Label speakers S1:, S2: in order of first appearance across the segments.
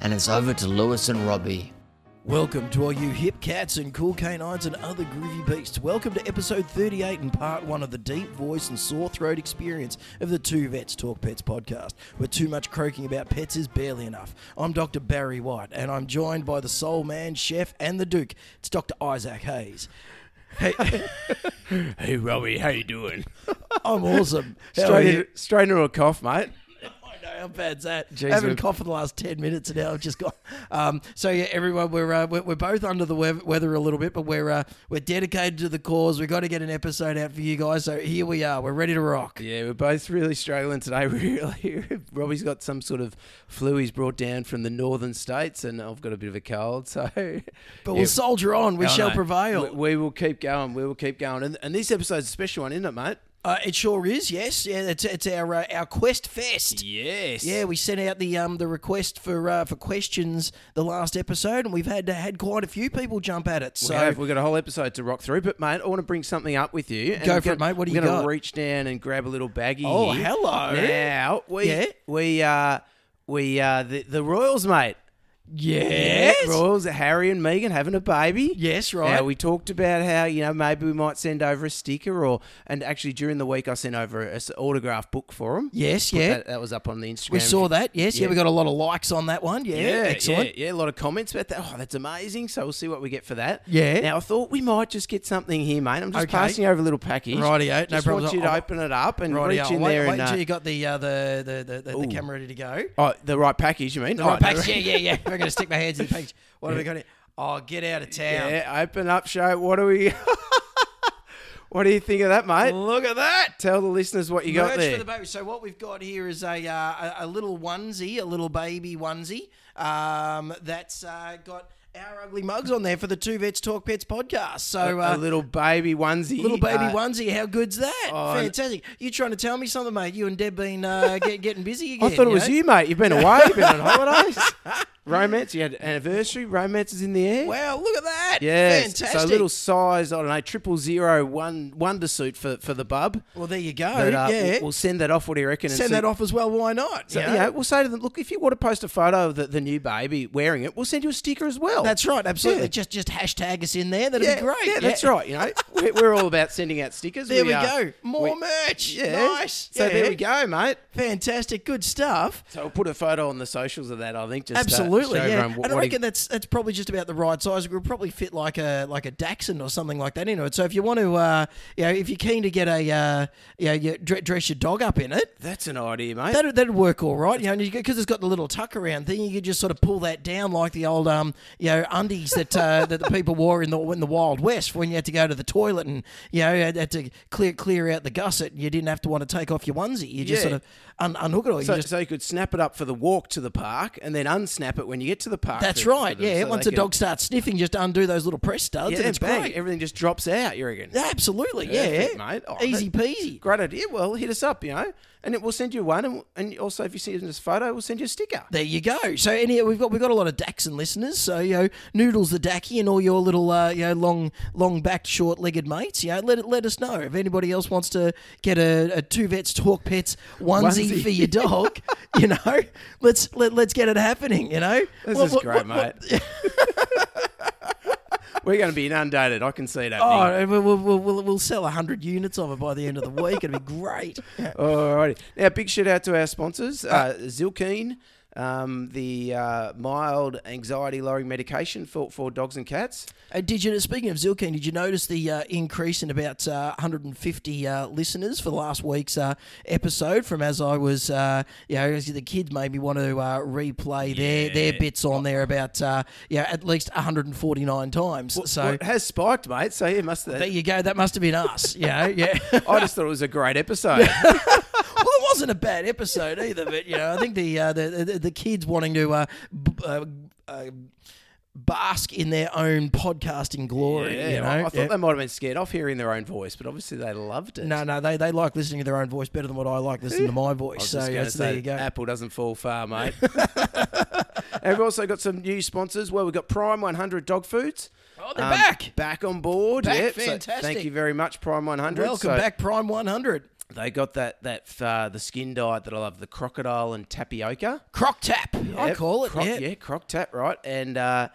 S1: and it's over to Lewis and Robbie.
S2: Welcome to all you hip cats and cool canines and other groovy beasts. Welcome to episode 38 and part one of the deep voice and sore throat experience of the Two Vets Talk Pets podcast, where too much croaking about pets is barely enough. I'm Dr. Barry White, and I'm joined by the soul man, chef, and the Duke. It's Dr. Isaac Hayes. Hey,
S3: Hey Robbie, how you doing?
S2: I'm awesome. How are
S3: Straight,
S2: you?
S3: in, straight into a cough, mate.
S2: I know how bad's that.
S3: Jeez,
S2: I haven't
S3: we've-
S2: coughed for the last ten minutes, and now I've just got. Um, so yeah, everyone, we're, uh, we're we're both under the weather, weather a little bit, but we're uh, we're dedicated to the cause. We've got to get an episode out for you guys. So here we are. We're ready to rock.
S3: Yeah, we're both really struggling today. Really, Robbie's got some sort of flu he's brought down from the northern states, and I've got a bit of a cold. So,
S2: But we'll soldier on. We
S3: I
S2: shall
S3: know.
S2: prevail.
S3: We, we will keep going. We will keep going. And, and this episode's a special one, isn't it, mate?
S2: uh, it sure is. Yes, yeah. It's it's our uh, our quest fest.
S3: Yes.
S2: Yeah, we sent out the um the request for uh, for questions the last episode, and we've had had quite a few people jump at it. So
S3: So we've got a whole episode to rock through, but mate, I want to bring something up with you. and
S2: Go
S3: I'm
S2: for it,
S3: gonna-
S2: mate. What do
S3: I'm
S2: you
S3: gonna
S2: got?
S3: reach down and grab a little baggie.
S2: Oh,
S3: here.
S2: hello.
S3: Now we
S2: Yeah.
S3: we uh we uh the, the Royals, mate.
S2: yes,
S3: Royals, Harry and Megan having a baby.
S2: yes, right.
S3: Now, we talked about how, you know, maybe we might send over a sticker or, and actually during the week I sent over an autograph book for them.
S2: yes, yeah.
S3: That, that was up on the Instagram.
S2: We saw that, yes. Yeah.
S3: yeah.
S2: we got a lot of likes on that one. Yeah,
S3: Yeah,
S2: excellent.
S3: Yeah, yeah, a lot of comments about that. Oh, that's amazing. So we'll see what we get for that.
S2: Yeah.
S3: Now, I thought we might just get something here, mate. I'm just
S2: Okay.
S3: passing over a little package.
S2: Rightio, no
S3: Just
S2: problems.
S3: want you to
S2: I'll-
S3: open it up and
S2: Righty,
S3: reach in
S2: wait,
S3: there
S2: wait
S3: and.
S2: until
S3: uh,
S2: you got the uh, the the the, the, the camera ready to go.
S3: Oh, the right package, you mean?
S2: The
S3: Oh,
S2: right package. Yeah, yeah, yeah. We're going to stick my hands in the package. What have we got here? Oh, get out of town.
S3: Yeah, open up, show. What do we? what do you think of that, mate?
S2: Look at that.
S3: Tell the listeners what you got
S2: Merch
S3: there.
S2: for the baby. So what we've got here is a uh, a, a little onesie, a little baby onesie. Um, that's uh, got our ugly mugs on there for the Two Vets Talk Pets podcast. So uh,
S3: a little baby onesie.
S2: Little baby
S3: Uh,
S2: onesie, how good's that?
S3: oh, n-
S2: Fantastic! You trying to tell me something, mate? You and Deb been uh, get, getting busy again?
S3: I thought it was
S2: know?
S3: you, mate. You've been away. You've been on holidays. Romance. You had anniversary. Romance is in the air.
S2: Wow, look at that!
S3: Yeah,
S2: fantastic.
S3: So a little size, I don't know, triple zero one wonder suit for, for the bub.
S2: well, there you go.
S3: But, uh,
S2: yeah,
S3: we'll, we'll send that off. What do you reckon? and
S2: send
S3: see-
S2: that off as well. Why not?
S3: So,
S2: You
S3: yeah.
S2: know?
S3: we'll say to them, look, if you want to post a photo of the, the new baby wearing it, we'll send you a sticker as well.
S2: that's right. Absolutely.
S3: Yeah.
S2: Just just hashtag us in there. That'd
S3: yeah,
S2: be great.
S3: Yeah, that's right. You know, we're, we're all about sending out stickers.
S2: There we,
S3: are-
S2: go. More
S3: we-
S2: merch.
S3: Yeah.
S2: Nice.
S3: So
S2: Yeah.
S3: there we go, mate.
S2: Fantastic. Good stuff.
S3: So we'll put a photo on the socials of that. I think just uh,
S2: Absolutely,
S3: show
S2: yeah.
S3: everyone what-
S2: and I
S3: what he-
S2: reckon that's that's probably just about the right size. It would probably fit like a like a Dachshund or something like that into it. So if you want to, uh, you know, if you're keen to get a, uh, you know, you dre- dress your dog up in it,
S3: That's an idea, mate.
S2: that'd that'd work all right. You know, because it's got the little tuck around thing, you could just sort of pull that down like the old, um, you know, undies that uh, that the people wore in the in the Wild West when you had to go to the toilet and you know had, had to clear clear out the gusset. You didn't have to want to take off your onesie. You just
S3: Yeah.
S2: sort of un- unhook it or you
S3: so,
S2: just
S3: so you could snap it up for the walk to the park and then unsnap it when you get to the park.
S2: That's
S3: for-
S2: right.
S3: for them,
S2: Yeah.
S3: so
S2: Once
S3: they
S2: a
S3: can-
S2: dog starts sniffing, just undo those little press studs,
S3: yeah,
S2: and it's
S3: bang,
S2: great.
S3: everything just drops out. You reckon?
S2: Yeah, Absolutely.
S3: Perfect,
S2: yeah.
S3: mate. Oh,
S2: Easy peasy.
S3: Great idea. Well, hit us up, you know, and it, we'll send you one, and, and also if you send us a photo, we'll send you a sticker.
S2: There you go. So anyhow, we've got we've got a lot of Daxon listeners. So you know, noodles the Dacky and all your little uh, you know long long backed short legged mates. You know, let it let us know if anybody else wants to get a, a two vets talk pets onesie,
S3: Onesie.
S2: for your dog. you know, let's let let's get it happening. You know,
S3: This
S2: What-
S3: is
S2: what-
S3: great,
S2: what- what-
S3: mate. We're going to be inundated. I can see that.
S2: Oh, and we'll, we'll, we'll, we'll sell 100 units of it by the end of the week. It'll be great. Yeah.
S3: Alrighty. Now, big shout out to our sponsors, uh, Zilkeen, um, the uh, mild anxiety lowering medication for, for dogs and cats.
S2: Uh, did you, speaking of Zilkeen, did you notice the uh, increase in about uh, 150 uh, listeners for last week's uh, episode? From as I was, uh, you know, as the kids made me want to uh, replay their, their bits on there about, uh, yeah, at least 149 times. so
S3: Well, it has spiked, mate. So yeah, must have.
S2: there you go. That must have been us. Yeah, yeah. well,
S3: I just thought it was a great episode.
S2: it was an wasn't a bad episode either, but you know, I think the uh, the, the the kids wanting to uh, b- uh, uh, bask in their own podcasting glory.
S3: Yeah,
S2: you know,
S3: I, I thought
S2: Yeah.
S3: they might have been scared off hearing their own voice, but obviously they loved it.
S2: no, no, they, they like listening to their own voice better than what I like listening to my voice.
S3: was
S2: So,
S3: just gonna
S2: yes, there
S3: say,
S2: you go.
S3: Apple doesn't fall far, mate. and we've also got some new sponsors. Well, we've got Prime 100 Dog Foods. Um,
S2: Oh, they're back.
S3: Back on board.
S2: Back,
S3: yep. So
S2: fantastic.
S3: thank you very much, Prime 100.
S2: Welcome
S3: So
S2: back, Prime One Hundred
S3: They got that that uh, the skin diet that I love, the crocodile and tapioca.
S2: Croc Tap. I
S3: Yep,
S2: call it.
S3: croc,
S2: yeah.
S3: croc tap, right? And uh,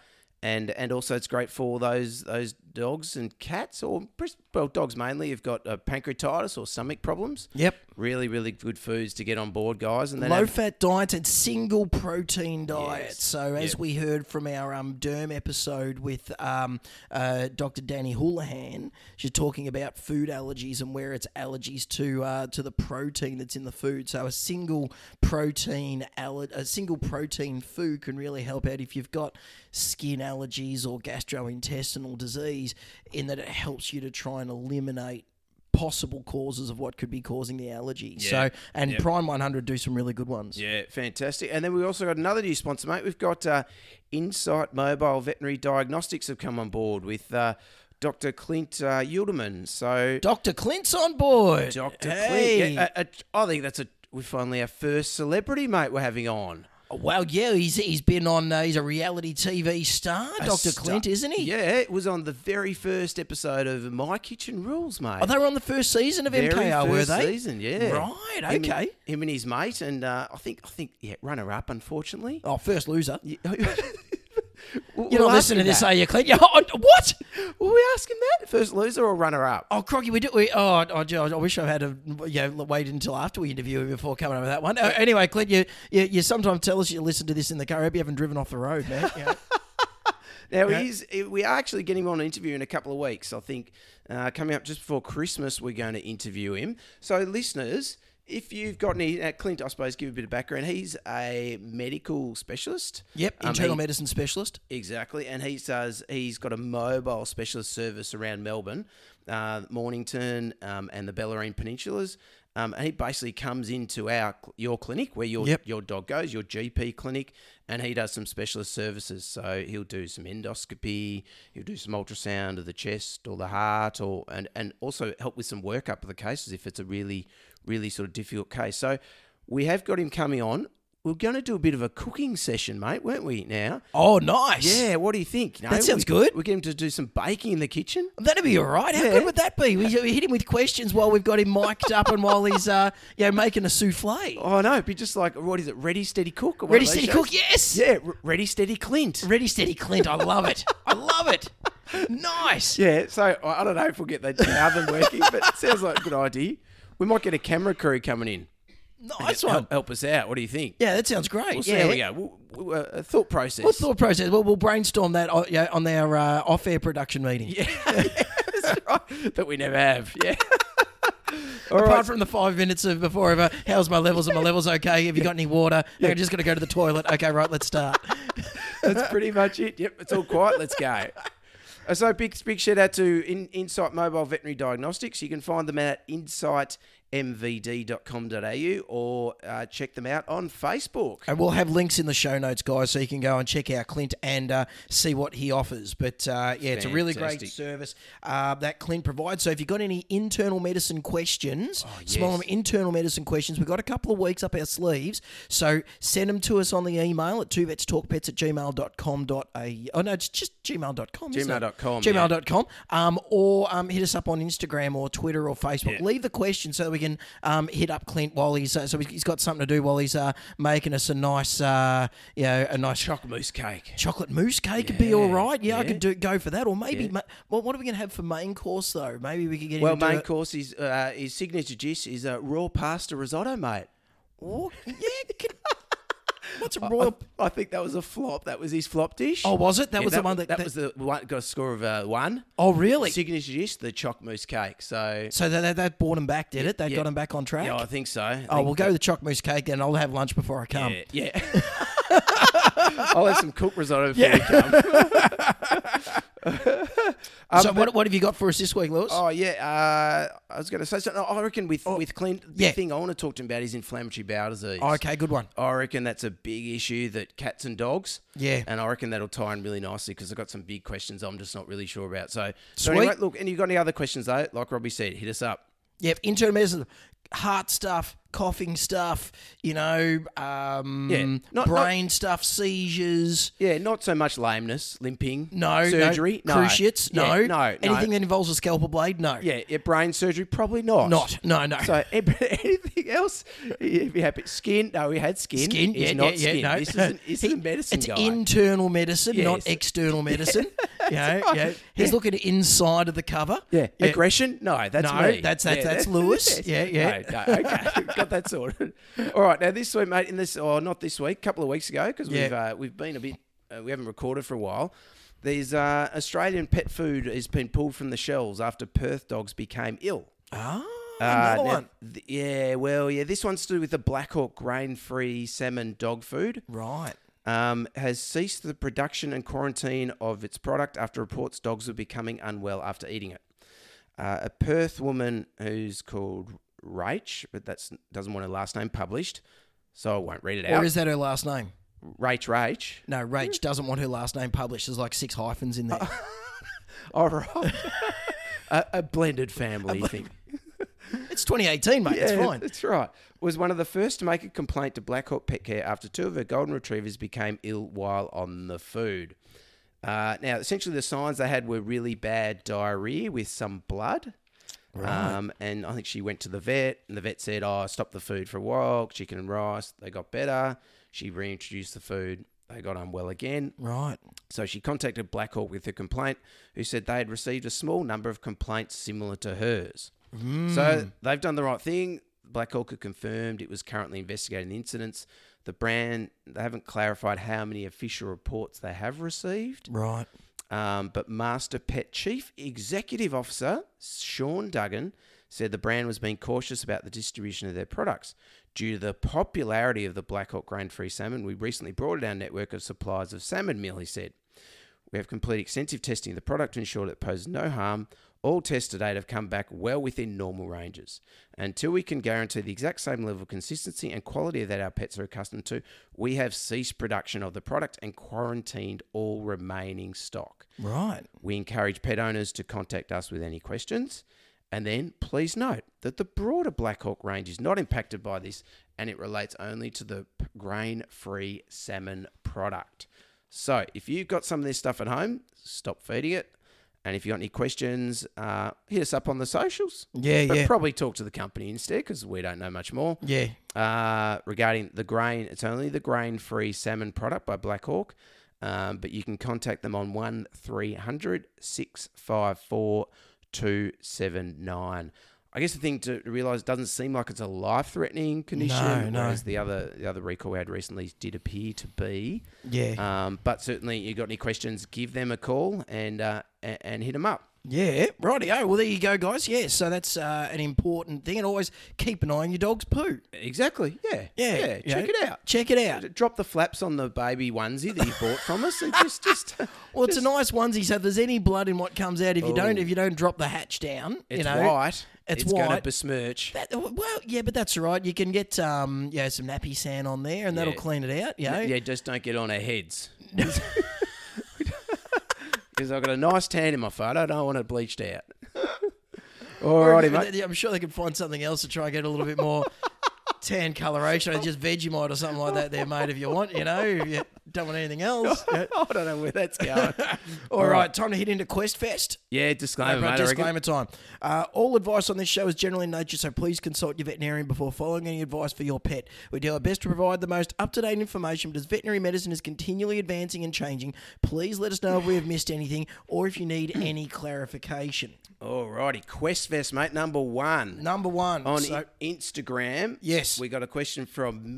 S3: and and also it's great for all those those dogs and cats, or pres- well, dogs mainly. You've got uh, pancreatitis or stomach problems.
S2: Yep.
S3: Really, really good foods to get on board, guys. And then
S2: Low fat diets and single protein diets. So, as
S3: Yep.
S2: we heard from our um, derm episode with um, uh, Dr. Danny Houlihan, she's talking about food allergies and where it's allergies to uh, to the protein that's in the food. So, a single protein aller- a single protein food can really help out if you've got skin allergies or gastrointestinal disease, in that it helps you to try and eliminate possible causes of what could be causing the allergy. So, and Prime 100 do some really good ones.
S3: Yeah, fantastic. And then we've also got another new sponsor, mate. We've got uh, Insight Mobile Veterinary Diagnostics have come on board with uh, Dr. Clint uh, Yildiman. So,
S2: Dr. Clint's on board.
S3: Dr.
S2: Hey.
S3: Clint, yeah, a- a- I think that's a we're finally our first celebrity, mate. We're having on.
S2: Uh, Well, yeah, he's he's been on. Uh, he's a reality TV star, Dr.
S3: Stu-
S2: Clint, isn't he?
S3: Yeah, it was on the very first episode of My Kitchen Rules, mate.
S2: Oh, they were on the first season of
S3: very
S2: MKR, were
S3: first
S2: they?
S3: Season, yeah.
S2: Right,
S3: Him and-
S2: okay.
S3: Him, and his mate, and uh, I think I think yeah, runner up, unfortunately.
S2: Oh, first loser.
S3: You
S2: You're not listening to this,
S3: that.
S2: are you, Clint? You're, oh, what?
S3: Will we ask him that? First loser or runner up?
S2: Oh, Crocky, we do. We, oh, I, I- I wish I had a, yeah, waited until after we interview him before coming up with that one. Uh, anyway, Clint, you, you you sometimes tell us you listen to this in the car. I hope you haven't driven off the road, man. Yeah.
S3: Now he's, we are actually getting him on an interview in a couple of weeks. I think uh, coming up just before Christmas, we're going to interview him. So listeners, if you've got any, uh, Clint, I suppose give a bit of background. He's a medical specialist.
S2: Yep,
S3: Um,
S2: internal
S3: he-
S2: medicine specialist.
S3: Exactly, and he says he's got a mobile specialist service around Melbourne, uh, Mornington, um, and the Bellarine Peninsulas. Um, and he basically comes into our cl- your clinic where your
S2: Yep.
S3: your dog goes, your GP clinic, and he does some specialist services. So he'll do some endoscopy, he'll do some ultrasound of the chest or the heart, or and and also help with some workup of the cases if it's a really really sort of difficult case. So we have got him coming on. We We're going to do a bit of a cooking session, mate, weren't we? Now
S2: Oh, nice.
S3: yeah, what do you think? No,
S2: That sounds
S3: we-
S2: good.
S3: We get him to do some baking in the kitchen.
S2: That'd be all right. How good would that be? We, we hit him with questions while we've got him mic'd up and while he's uh, you know, making a souffle.
S3: Oh no, it'd be just like what is it? Ready, steady, cook. Or one
S2: Ready,
S3: of those
S2: steady,
S3: shows?
S2: cook. Yes.
S3: Yeah, R- ready, steady, Clint.
S2: Ready, steady, Clint. I love it. I love it. Nice.
S3: Yeah, so I I don't know if we'll get that oven working, but it sounds like a good idea. We might get a camera crew coming in.
S2: Nice one.
S3: Help, help us out. What do you think?
S2: Yeah, that sounds great.
S3: We'll see
S2: yeah.
S3: how we go. We'll, we'll, uh, a thought process.
S2: What thought process? Well, we'll brainstorm that uh, yeah, on our uh, off-air production meeting.
S3: that we never have. Yeah. All
S2: Apart
S3: right.
S2: from the five minutes of before ever, how's my levels? Are my levels okay? Have you got any water? Okay, I'm just going to go to the toilet. Okay, right, let's start.
S3: That's pretty much it. Yep, it's all quiet. Let's go. Uh, So big, big shout out to In- Insight Mobile Veterinary Diagnostics. You can find them at insightmvd.com.au or uh, check them out on Facebook.
S2: And we'll have links in the show notes, guys, so you can go and check out Clint and uh, see what he offers. But uh, yeah, it's a really great
S3: Fantastic.
S2: service uh, that Clint provides. So if you've got any internal medicine questions, small them internal medicine questions, we've got a couple of weeks up our sleeves. So send them to us on the email at two vets talk pets at gmail.com.au. Oh, no, it's just gmail.com.
S3: Gmail.com, yeah.
S2: Gmail.com gmail.com um, or um, hit us up on Instagram or Twitter or Facebook. Leave the question so that we can um, hit up Clint while he's uh, so he's got something to do while he's uh, making us a nice uh, you know a nice
S3: Choc mousse cake.
S2: chocolate mousse cake would be all right. Yeah, I
S3: yeah.
S2: could do go for that or maybe ma- well, what are we going to have for main course though? Maybe we could get him
S3: Well,
S2: to do
S3: main
S2: a-
S3: course is uh, his signature dish is uh, raw pasta risotto, mate.
S2: Oh, yeah. could- What's a royal
S3: I think that was a flop. That was his flop dish.
S2: Oh, was it? That
S3: Yeah,
S2: was the one that,
S3: that, was the one got a score of uh, one.
S2: Oh, really?
S3: Signature dish, the choc mousse cake. So
S2: so that, that, that brought him back, did it? They
S3: yeah.
S2: got him back on track.
S3: yeah, I think so. I
S2: oh,
S3: think
S2: we'll go with the choc mousse cake then. I'll have lunch before I come.
S3: Yeah. yeah. I'll have some cooked risotto before we come.
S2: so what, what have you got for us this week, Lewis?
S3: Um, Oh yeah, uh, I was going to say something. I reckon with with Clint, the
S2: Oh, yeah. Oh,
S3: thing I want to talk to him about is inflammatory bowel disease.
S2: okay, good one.
S3: I reckon that's a big issue that cats and dogs.
S2: Yeah.
S3: And I reckon that'll tie in really nicely because I've got some big questions I'm just not really sure about. So, so
S2: Sweet.
S3: anyway, look, and you got any other questions though? Like Robbie said, hit us up.
S2: Yep, internal medicine, heart stuff, coughing stuff, you know, um,
S3: Yeah, not-
S2: brain stuff, seizures.
S3: Yeah, not so much lameness, limping,
S2: No
S3: surgery, no,
S2: cruciates. No,
S3: Yeah, no,
S2: anything
S3: no.
S2: that involves a scalpel blade. No,
S3: yeah, yeah, brain surgery, probably not,
S2: not. No, no.
S3: So eh, but anything else, he'd be happy. Skin, no, he had skin.
S2: Skin,
S3: He's
S2: yeah,
S3: not
S2: yeah, yeah,
S3: skin.
S2: no.
S3: This isn't, this isn't medicine
S2: it's
S3: guy.
S2: internal medicine, not
S3: Yes.
S2: external medicine. Yeah, yeah. He's looking inside of the cover.
S3: Yeah. Aggression? No, that's
S2: No,
S3: me.
S2: that's- that's- that's Lewis. Yeah, yeah.
S3: No, no, okay. Got that sorted. All right. Now this week, mate, in this or not this week, a couple of weeks ago, because
S2: Yeah.
S3: we've uh, we've been a bit uh, we haven't recorded for a while. There's uh, Australian pet food has been pulled from the shelves after Perth dogs became ill.
S2: Ah,
S3: Uh,
S2: another
S3: now-
S2: one.
S3: th- yeah, well, yeah. This one's to do with the Blackhawk grain-free salmon dog food
S2: Right.
S3: um, has ceased the production and quarantine of its product after reports dogs were becoming unwell after eating it. Uh, a Perth woman who's called Rach, but that doesn't want her last name published, so I won't read it out.
S2: Or is that her last name?
S3: Rach Rach.
S2: No,
S3: Mm.
S2: Rach doesn't want her last name published. There's like six hyphens in there.
S3: All right. a, a blended family thing.
S2: it's 2018, mate. it's
S3: Yeah,
S2: fine.
S3: That's right. Was one of the first to make a complaint to Blackhawk Pet Care after two of her golden retrievers became ill while on the food. Uh, now, essentially, the signs they had were really bad diarrhea with some blood. Um, and I think she went to the vet, and the vet said, Oh, stop the food for a while, chicken and rice. They got better. She reintroduced the food. They got unwell again.
S2: Right.
S3: So she contacted Blackhawk with her complaint, who said they had received a small number of complaints similar to hers. So they've done the right thing. Blackhawk had confirmed it was currently investigating the incidents. The brand, they haven't clarified how many official reports they have received.
S2: Right.
S3: Um, but Master Pet Chief Executive Officer Sean Duggan said the brand was being cautious about the distribution of their products. Due to the popularity of the Black Hawk grain free salmon, we recently broadened our network of suppliers of salmon meal, he said. We have completed extensive testing of the product to ensure that it poses no harm. All tests to date have come back well within normal ranges. Until we can guarantee the exact same level of consistency and quality that our pets are accustomed to, we have ceased production of the product and quarantined all remaining stock.
S2: Right.
S3: We encourage pet owners to contact us with any questions. And then please note that the broader Black Hawk range is not impacted by this and it relates only to the grain free salmon product. So if you've got some of this stuff at home, stop feeding it. And if you've got any questions, uh, hit us up on the socials.
S2: Yeah,
S3: But
S2: yeah.
S3: probably talk to the company instead because we don't know much more.
S2: yeah.
S3: Uh, regarding the grain, it's only the grain free salmon product by Black Hawk. Um, but you can contact them on 1 300 654 279. I guess the thing to realize it doesn't seem like it's a life threatening condition,
S2: no.
S3: whereas the other the other recall we had recently did appear to be.
S2: Yeah.
S3: Um, but certainly, you got any questions, give them a call and uh, and, and hit them up.
S2: Yeah, rightio. Well, there you go, guys. Yeah, so that's uh, an important thing, and always keep an eye on your dog's poo.
S3: Exactly. Yeah.
S2: Yeah,
S3: Yeah.
S2: you
S3: Check
S2: know,
S3: it out.
S2: Check it out.
S3: Drop the flaps on the baby onesie that you bought from us, and just just
S2: Well, it's a nice onesie, so if there's any blood in what comes out, if you don't,
S3: Oh.
S2: if you don't drop the hatch down, you
S3: it's
S2: know,
S3: white.
S2: it's
S3: gonna
S2: white.
S3: besmirch.
S2: That, well, yeah, but that's all right. You can get um, yeah, some nappy sand on there, and that'll
S3: Yeah.
S2: clean it out. You know,
S3: Yeah, just don't get on our heads. Because I've got a nice tan in my photo. I don't want it bleached out. Alrighty,
S2: But
S3: mate.
S2: th- I'm sure they could find something else to try and get a little bit more tan coloration, or just Vegemite or something like that. There, mate, if you want, you know, if you don't want anything else. Yeah.
S3: I don't know where that's going.
S2: all right, time to hit into Quest Fest.
S3: yeah, disclaimer,
S2: Right,
S3: mate. I reckon.
S2: disclaimer time. Uh, all advice on this show is general in nature, so please consult your veterinarian before following any advice for your pet. We do our best to provide the most up to date information, but as veterinary medicine is continually advancing and changing, please let us know if we have missed anything or if you need any clarification.
S3: Alrighty, QuestVest, mate. Number one.
S2: Number one.
S3: on
S2: so-
S3: I- Instagram.
S2: Yes.
S3: We got a question from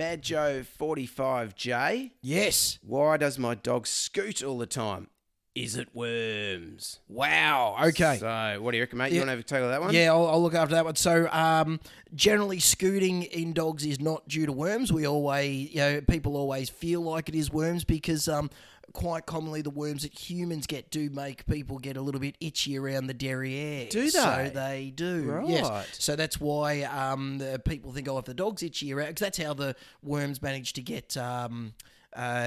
S3: Majo45J.
S2: yes.
S3: Why does my dog scoot all the time? Is it worms? Wow.
S2: Okay.
S3: So, what do you reckon, mate? You want to have a tackle that one?
S2: Yeah, I'll, I'll look after that one. So, um, generally, scooting in dogs is not due to worms. We always, you know, people always feel like it is worms because um, quite commonly the worms that humans get do make people get a little bit itchy around the derriere.
S3: Do
S2: So
S3: they?
S2: they do. Yes.
S3: Right.
S2: So that's why um, the people think, oh, if the dog's itchy around, because that's how the worms manage to get um, uh,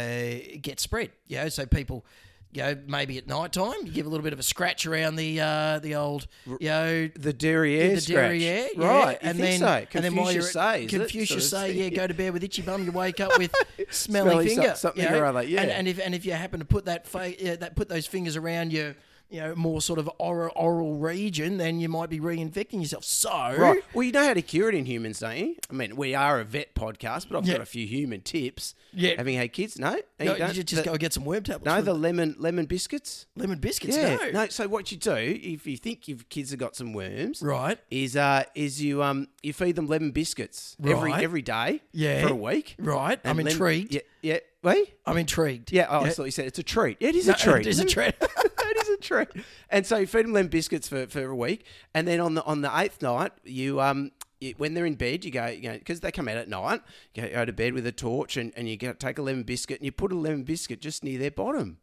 S2: get spread. You know, so people. You know, maybe at night time, you give a little bit of a scratch around the uh, the old, you know,
S3: The derriere
S2: the
S3: scratch.
S2: derriere, yeah.
S3: Right. you
S2: and,
S3: think
S2: then,
S3: so.
S2: and then while you're
S3: Confucius say. is it?
S2: Confucius
S3: Sort of
S2: say, yeah,
S3: thing.
S2: go to bed with itchy bum. You wake up with smelly,
S3: Smelly so-
S2: finger,
S3: something
S2: you know?
S3: or other, yeah.
S2: And, and if and if you happen to put that fa- yeah, that put those fingers around your you know more sort of oral oral region, then you might be reinfecting yourself. So
S3: Right. Well, you know how to cure it in humans, don't you? I mean, we are a vet podcast, but I've
S2: Yeah.
S3: got a few human tips.
S2: Yeah.
S3: Having had kids? No. No,
S2: no,
S3: you don't?
S2: you just
S3: The-
S2: go get some worm tablets.
S3: No,
S2: from
S3: the lemon lemon biscuits.
S2: lemon biscuits.
S3: Yeah.
S2: no.
S3: No. So what you do if you think your kids have got some worms,
S2: right.
S3: Is uh is you um you feed them lemon biscuits every
S2: Right.
S3: every day
S2: Yeah.
S3: for a week.
S2: Right. I'm
S3: And lemon-
S2: intrigued.
S3: Yeah. Yeah. Wait.
S2: I'm intrigued.
S3: Yeah, oh, I thought you said it's a treat. Yeah, it is
S2: No,
S3: a
S2: it
S3: treat.
S2: is a treat.
S3: it is a treat. And so you feed them lemon biscuits for, for a week, and then on the on the eighth night, you um you, when they're in bed, you go you know because they come out at night, you go, go to bed with a torch, and and you go, take a lemon biscuit and you put a lemon biscuit just near their bottom,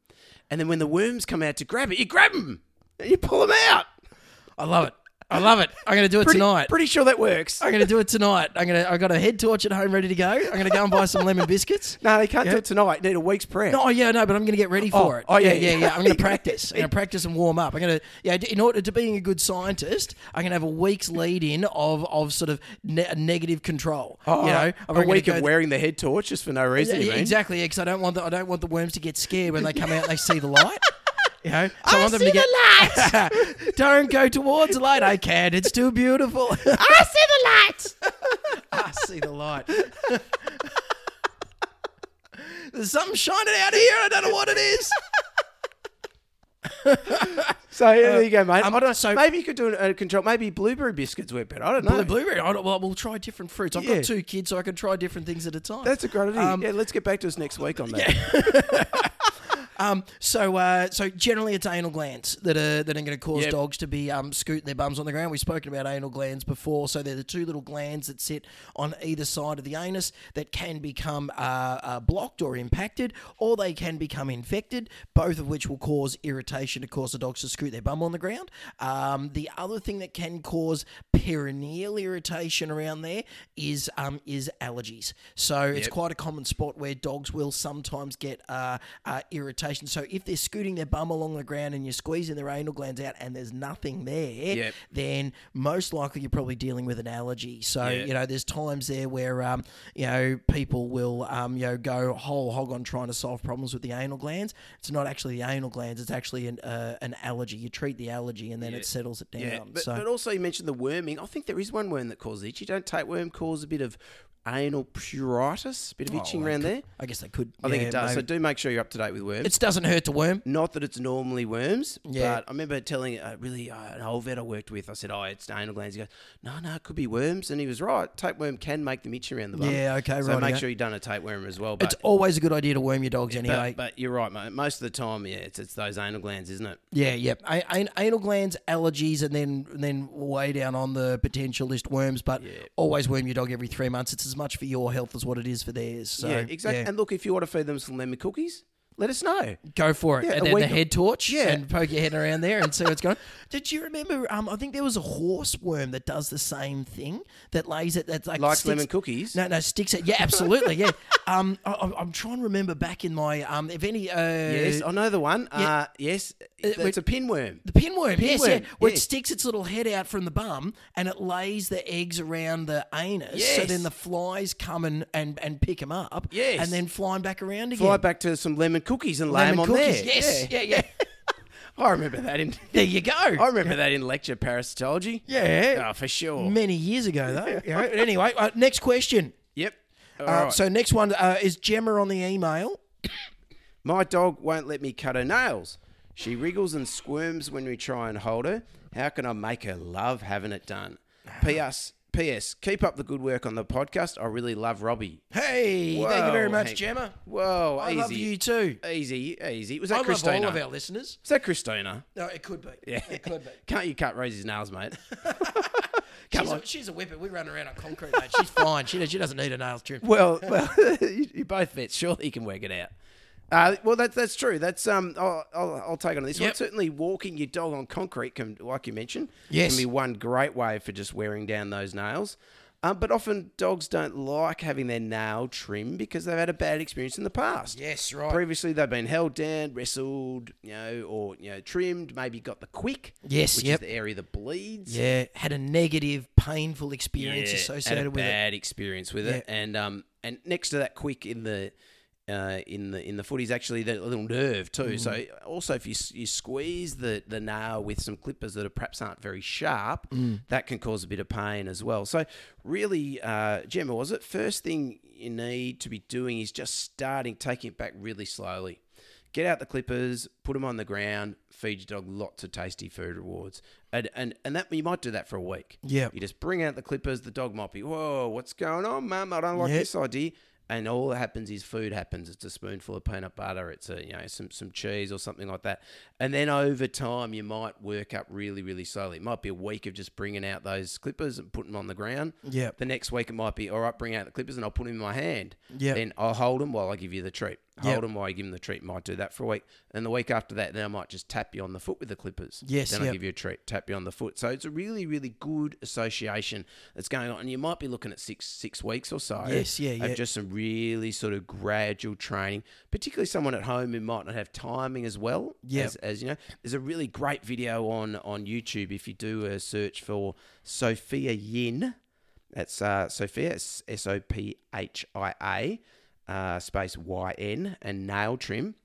S3: and then when the worms come out to grab it, you grab them and you pull them out.
S2: I love it. I love it. I'm going to do it
S3: Pretty,
S2: tonight.
S3: pretty sure that works.
S2: I'm gonna do it tonight. I'm gonna. I got a head torch at home ready to go. I'm gonna go and buy some lemon biscuits.
S3: No, they can't do it tonight. Need a week's prayer.
S2: No, oh yeah, no, but I'm gonna get ready for
S3: Oh,
S2: it.
S3: oh, yeah,
S2: yeah,
S3: yeah.
S2: yeah. I'm gonna practice. I'm gonna practice and warm up. I'm gonna, yeah. In order to being a good scientist, I'm gonna have a week's lead in of of sort of ne- negative control.
S3: Oh,
S2: you know, I'm
S3: a
S2: gonna
S3: week
S2: go
S3: of wearing the head torch just for no reason. you
S2: Yeah,
S3: mean?
S2: exactly, because I don't want the I don't want the worms to get scared when they come out. and They see the light. You know, so I, want them to
S3: see
S2: get light. don't go towards the light. I can't. It's too beautiful.
S3: I see the light.
S2: I see the light. There's something shining out here. I don't know what it is.
S3: So yeah, there you go, mate.
S2: um,
S3: I don't know.
S2: so-
S3: maybe you could do uh, a control. Maybe blueberry biscuits work better. I don't know.
S2: Blue, blueberry. I don't, well, we'll try different fruits. I've
S3: Yeah.
S2: got two kids, so I can try different things at a time.
S3: That's a great idea.
S2: Um,
S3: yeah, let's get back to us next week on that.
S2: Um, so, uh, so generally, it's anal glands that are that are going to cause
S3: Yep.
S2: dogs to be um, scooting their bums on the ground. We've spoken about anal glands before. So they're the two little glands that sit on either side of the anus that can become uh, uh, blocked or impacted, or they can become infected. Both of which will cause irritation to cause the dogs to scoot their bum on the ground. Um, the other thing that can cause perineal irritation around there is um, is allergies. So it's quite a common spot where dogs will sometimes get uh, uh, irritation. So if they're scooting their bum along the ground and you're squeezing their anal glands out and there's nothing there,
S3: Yep.
S2: then most likely you're probably dealing with an allergy. So you know there's times there where um, you know people will um, you know go whole hog on trying to solve problems with the anal glands. It's not actually the anal glands. It's actually an uh, an allergy. You treat the allergy and then it settles it down.
S3: Yeah, but,
S2: so
S3: but also you mentioned the worming. I think there is one worm that causes itch. You don't take worm cause a bit of anal pruritus, bit of itching around there.
S2: I guess they could.
S3: I think it does. So do make sure you're up to date with worms.
S2: It doesn't hurt to worm.
S3: Not that it's normally worms,
S2: Yeah.
S3: but I remember telling uh, really uh, an old vet I worked with. I said, "Oh, it's anal glands." He goes, "No, no, it could be worms," and he was right. Tapeworm can make them itch around the bum.
S2: Yeah, okay,
S3: So
S2: right,
S3: make
S2: yeah.
S3: sure you've done a tapeworm as well. But,
S2: It's always a good idea to worm your dogs
S3: but,
S2: anyway.
S3: but you're right, mate. Most of the time, yeah, it's, it's those anal glands, isn't it?
S2: yeah, yep. A- an- anal glands, allergies, and then then way down on the potential list worms. But always worm your dog every three months. It's as much for your health as what it is for theirs. So
S3: yeah, exactly.
S2: yeah.
S3: And look, if you want to feed them some lemon cookies, let us know.
S2: Go for it.
S3: Yeah,
S2: and
S3: a
S2: then the
S3: week-
S2: head torch.
S3: Yeah.
S2: And poke your head around there and see what's going on. Did you remember? Um, I think there was a horse worm that does the same thing that lays it. That's like
S3: Likes
S2: sticks-
S3: lemon cookies.
S2: No, no, sticks it. Yeah, absolutely. Yeah. um, I, I'm- I'm trying to remember back in my um, if any. Uh,
S3: Yes, I know the one. Uh, yes, it's a pinworm.
S2: The pinworm, yes, yeah,
S3: Pinworm,
S2: where it
S3: yeah.
S2: sticks its little head out from the bum and it lays the eggs around the anus. So
S3: Yes.
S2: then the flies come and, and, and pick them up.
S3: Yes.
S2: And then fly 'em back around again.
S3: Fly back to some lemon cookies and lay
S2: Lemon
S3: them on
S2: cookies,
S3: there.
S2: Yes,
S3: Yeah.
S2: yeah, yeah.
S3: I remember that in.
S2: There you go.
S3: I remember that in lecture parasitology.
S2: Yeah.
S3: Oh, for sure.
S2: Many years ago, though. Yeah. But anyway, uh, next question.
S3: Yep. All
S2: Uh,
S3: right.
S2: So next one uh, is Gemma on the email.
S3: My dog won't let me cut her nails. She wriggles and squirms when we try and hold her. How can I make her love having it done?
S2: Ah.
S3: P.S. P.S. Keep up the good work on the podcast. I really love Robbie.
S2: Hey, thank you very
S3: Whoa,
S2: much,
S3: Hank.
S2: Gemma.
S3: Whoa,
S2: I
S3: easy.
S2: love you too.
S3: Easy, easy. Was
S2: I
S3: that
S2: love
S3: Christina?
S2: all of our listeners.
S3: Is that Christina?
S2: No, it could be. Yeah. It could be.
S3: Can't you cut Rosie's nails, mate?
S2: She's a, she's a whippet. We run around on concrete, mate. She's fine. She, she doesn't need her nails trimmed.
S3: well, well, you you both vets. Surely you can work it out. Uh, well, that's that's true. That's um, I'll, I'll, I'll take on this one.
S2: Yep.
S3: Certainly, walking your dog on concrete can, like you mentioned,
S2: Yes.
S3: can be one great way for just wearing down those nails. Um, but often dogs don't like having their nail trimmed because they've had a bad experience in the past.
S2: Yes, right.
S3: Previously, they've been held down, wrestled, you know, or you know, trimmed. Maybe got the quick.
S2: Yes,
S3: which
S2: yep.
S3: is the area that bleeds.
S2: Yeah, had a negative, painful experience
S3: Yeah, had
S2: associated
S3: a
S2: with it.
S3: bad experience with it, and um, and next to that, quick in the. Uh, in the in the footy is actually the little nerve too. So
S2: Mm.
S3: also if you s- you squeeze the, the nail with some clippers that are perhaps aren't very sharp,
S2: Mm.
S3: that can cause a bit of pain as well. So really, uh, Gemma, was it first thing you need to be doing is just starting taking it back really slowly. Get out the clippers, put them on the ground, feed your dog lots of tasty food rewards, and and and that you might do that for a week.
S2: Yeah.
S3: You just bring out the clippers. The dog might be, whoa, what's going on, mum? I don't like
S2: Yeah.
S3: this idea. And all that happens is food happens. It's a spoonful of peanut butter. It's a you know some some cheese or something like that. And then over time, you might work up really really slowly. It might be a week of just bringing out those clippers and putting them on the ground.
S2: Yeah.
S3: The next week it might be all right. Bring out the clippers and I'll put them in my hand.
S2: Yeah.
S3: Then I'll hold them while I give you the treat.
S2: Yeah.
S3: Hold them while I give them the treat. Might do that for a week. And the week after that, then I might just tap you on the foot with the clippers.
S2: Yes,
S3: Then
S2: yeah.
S3: I give you a treat, tap you on the foot. So it's a really, really good association that's going on. And you might be looking at six six weeks or so.
S2: Yes, yeah,
S3: Of
S2: yeah.
S3: just some really sort of gradual training, particularly someone at home who might not have timing as well.
S2: Yeah.
S3: As, as you know, there's a really great video on on YouTube if you do a search for Sophia Yin. That's uh, Sophia, S O P H I A, uh, space Y N, and nail trim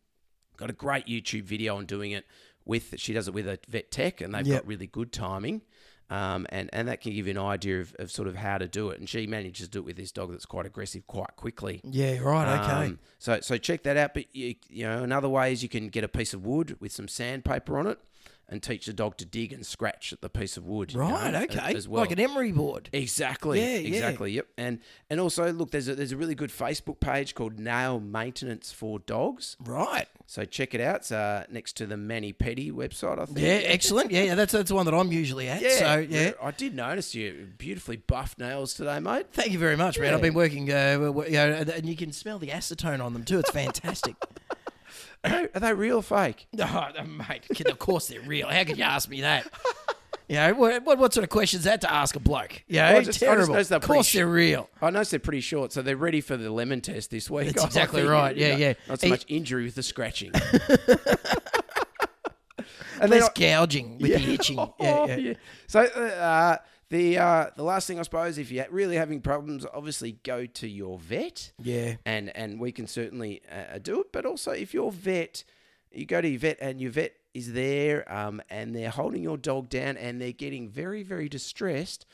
S3: got a great YouTube video on doing it with she does it with a vet tech and they've
S2: Yep.
S3: got really good timing. Um, and, and that can give you an idea of, of sort of how to do it. And she manages to do it with this dog that's quite aggressive quite quickly.
S2: Yeah, right, okay.
S3: Um, so so check that out. But you, you know another way is you can get a piece of wood with some sandpaper on it, and teach the dog to dig and scratch at the piece of wood. you know,
S2: right,
S3: a-
S2: okay.
S3: As well.
S2: Like an emery board.
S3: Exactly.
S2: Yeah, yeah.
S3: exactly. Yep. And and also look, there's a there's a really good Facebook page called Nail Maintenance for Dogs.
S2: Right.
S3: So check it out. It's uh, next to the Manny Petty website, I think.
S2: Yeah, excellent. Yeah, yeah, that's that's the one that I'm usually at.
S3: Yeah,
S2: So yeah.
S3: I did notice you beautifully buffed nails today, mate.
S2: Thank you very much, man. I've
S3: Yeah.
S2: been working, uh, w- w- you know, and- and you can smell the acetone on them too. It's fantastic.
S3: Are they real or fake?
S2: oh, mate, kid, of course they're real. How could you ask me that? You know, what, what, what sort of questions is that to ask a bloke? Yeah,
S3: Well, I just- I just
S2: terrible.
S3: noticed they're
S2: of course
S3: pretty
S2: they're real.
S3: I noticed they're pretty short, so they're ready for the lemon test this week.
S2: That's
S3: I
S2: exactly
S3: think,
S2: right.
S3: you
S2: Yeah,
S3: know,
S2: yeah.
S3: Not so
S2: Hey-
S3: much injury with the scratching.
S2: And
S3: then
S2: Less
S3: I-
S2: gouging with the itching. Yeah,
S3: Oh,
S2: yeah.
S3: yeah. So uh, the uh, the last thing I suppose, if you're really having problems, obviously go to your vet.
S2: Yeah.
S3: And and we can certainly uh, do it, but also if your vet, you go to your vet and your vet is there, um, and they're holding your dog down and they're getting very very distressed.